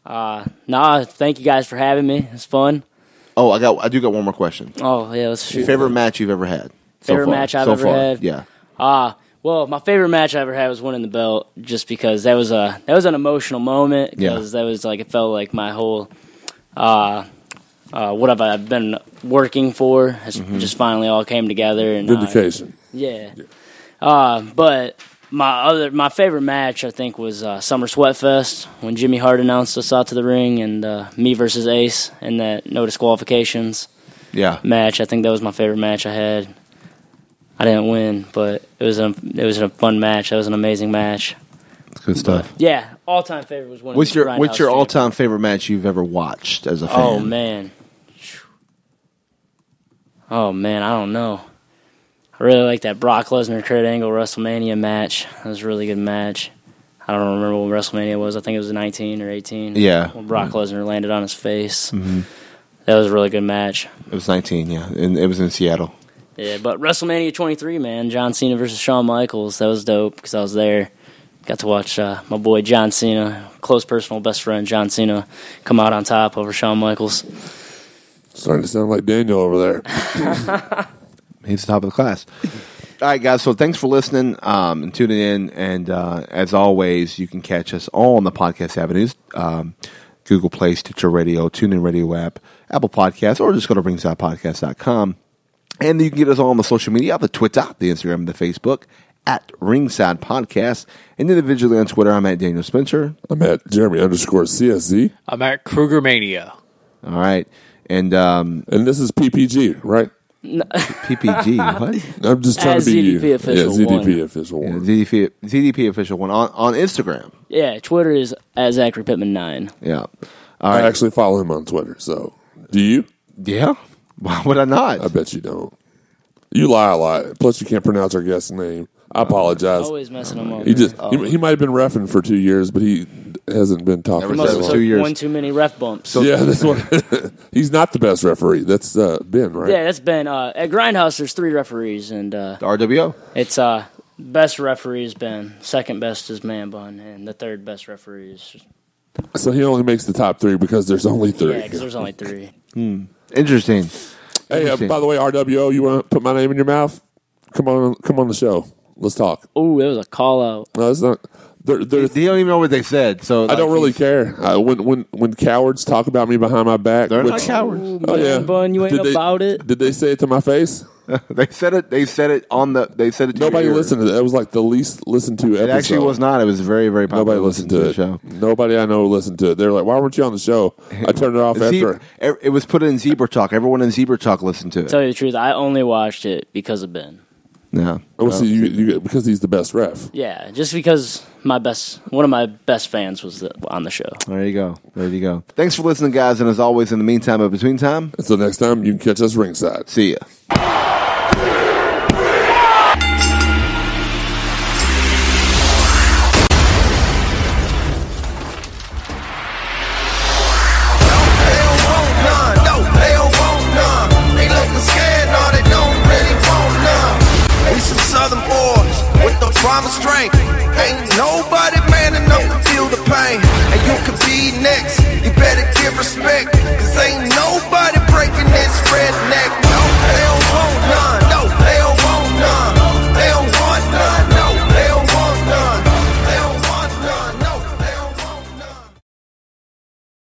Speaker 9: Nah, thank you guys for having me. It's fun.
Speaker 7: Oh, I got. I do got one more question.
Speaker 9: Oh yeah, let's shoot.
Speaker 7: Favorite match you've ever had? so
Speaker 9: Favorite
Speaker 7: far?
Speaker 9: match I've
Speaker 7: so
Speaker 9: ever
Speaker 7: far.
Speaker 9: had?
Speaker 7: Yeah.
Speaker 9: Ah, well, my favorite match I ever had was winning the belt, just because that was a that was an emotional moment. Because that was like it felt like my whole, uh, uh, what have I been working for? Has
Speaker 7: Mm-hmm.
Speaker 9: Just finally all came together and uh,
Speaker 8: Vindication.
Speaker 9: yeah. Uh, but my other my favorite match I think was uh, Summer Sweatfest when Jimmy Hart announced us out to the ring and uh, me versus Ace and that no disqualifications
Speaker 7: Yeah.
Speaker 9: match. I think that was my favorite match I had. I didn't win, but it was a it was a fun match. That was an amazing match.
Speaker 7: That's good stuff.
Speaker 9: Yeah, all time favorite was one.
Speaker 7: What's
Speaker 9: of the
Speaker 7: your What's
Speaker 9: Grindhouse
Speaker 7: your all
Speaker 9: champions.
Speaker 7: time favorite match you've ever watched as a fan?
Speaker 9: Oh man. Oh man, I don't know. I really like that Brock Lesnar Kurt Angle WrestleMania match. That was a really good match. I don't remember when WrestleMania was. I think it was 19 or 18.
Speaker 7: Yeah.
Speaker 9: When Brock Lesnar landed on his face. That was a really good match.
Speaker 7: It was 19, yeah. And it was in Seattle.
Speaker 9: Yeah, but WrestleMania 23, man, John Cena versus Shawn Michaels, that was dope because I was there. Got to watch uh, my boy John Cena, close personal best friend John Cena, come out on top over Shawn Michaels.
Speaker 8: Starting to sound like Daniel over there.
Speaker 7: He's the top of the class. All right, guys. So thanks for listening um, and tuning in. And uh, as always, you can catch us all on the podcast avenues um, Google Play, Stitcher Radio, TuneIn Radio app, Apple Podcasts, or just go to ringsidepodcast.com. And you can get us all on the social media the Twitter, the Instagram, the Facebook, at Ringside Podcast. And individually on Twitter, I'm at Daniel Spencer.
Speaker 8: I'm at Jeremy underscore CSZ,
Speaker 10: I'm at Krugermania.
Speaker 7: All right. And um,
Speaker 8: and this is PPG, right?
Speaker 7: PPG, what?
Speaker 8: I'm just trying
Speaker 9: As
Speaker 8: to be
Speaker 9: ZDP
Speaker 8: you.
Speaker 9: official
Speaker 8: yeah, ZDP
Speaker 9: one.
Speaker 8: official one.
Speaker 7: ZDP, ZDP official one on, on Instagram.
Speaker 9: Yeah, Twitter is at Zachary Pittman nine.
Speaker 7: Yeah. All
Speaker 8: I
Speaker 7: right.
Speaker 8: actually follow him on Twitter. So, do you?
Speaker 7: Yeah. Why would I not?
Speaker 8: I bet you don't. You lie a lot. Plus, you can't pronounce our guest's name. I apologize.
Speaker 9: Always messing them up.
Speaker 8: Oh
Speaker 9: Uh,
Speaker 8: He just he, he might have been refing for two years, but he hasn't been talking.
Speaker 7: Never
Speaker 8: for
Speaker 7: said
Speaker 8: that
Speaker 7: was
Speaker 9: must have
Speaker 8: long.
Speaker 7: two
Speaker 9: took
Speaker 7: years.
Speaker 9: one too many ref bumps.
Speaker 8: yeah, that's what. he's not the best referee. That's uh, Ben, right?
Speaker 9: yeah, that's been uh, at Grindhouse. There's three referees, and uh,
Speaker 7: RWO.
Speaker 9: it's uh, best referee is Ben, second best is Man Bun, and the third best referee is
Speaker 8: So he only makes the top three because there's only three.
Speaker 9: yeah, because there's only three.
Speaker 7: Interesting.
Speaker 8: hey, uh,
Speaker 7: Interesting.
Speaker 8: by the way, RWO, you want to put my name in your mouth? Come on, come on the show. Let's talk.
Speaker 9: Oh, it was a call out.
Speaker 8: No, it's not. They're, they're,
Speaker 7: They don't even know what they said. So
Speaker 8: I don't really care. I, when when when cowards talk about me behind my back,
Speaker 7: They're not
Speaker 8: which-
Speaker 7: cowards.
Speaker 8: Oh, yeah.
Speaker 9: Man Bun, you ain't
Speaker 8: Did they-
Speaker 9: about it.
Speaker 8: Did they say it to my face?
Speaker 7: They said it. They said it on the. They said it. To your
Speaker 8: Nobody
Speaker 7: ear.
Speaker 8: listened to that. It was like the least listened to
Speaker 7: It
Speaker 8: episode.
Speaker 7: actually was not. It was very, very popular.
Speaker 8: Nobody listened to,
Speaker 7: the
Speaker 8: it.
Speaker 7: show.
Speaker 8: Nobody I know listened to it. They're like, "Why weren't you on the show?" I turned it off
Speaker 7: Zebra,
Speaker 8: after.
Speaker 7: e- it was put in Zebra Talk. Everyone in Zebra Talk listened to it.
Speaker 9: Tell you the truth, I only watched it because of Ben.
Speaker 7: No.
Speaker 8: Oh, see, you, you, because he's the best ref.
Speaker 9: Yeah, just because my best one of my best fans was the, on the show.
Speaker 7: There you go. There you go. Thanks for listening, guys. And as always, in the meantime, but between time,
Speaker 8: Until next time, you can catch us ringside.
Speaker 7: see ya.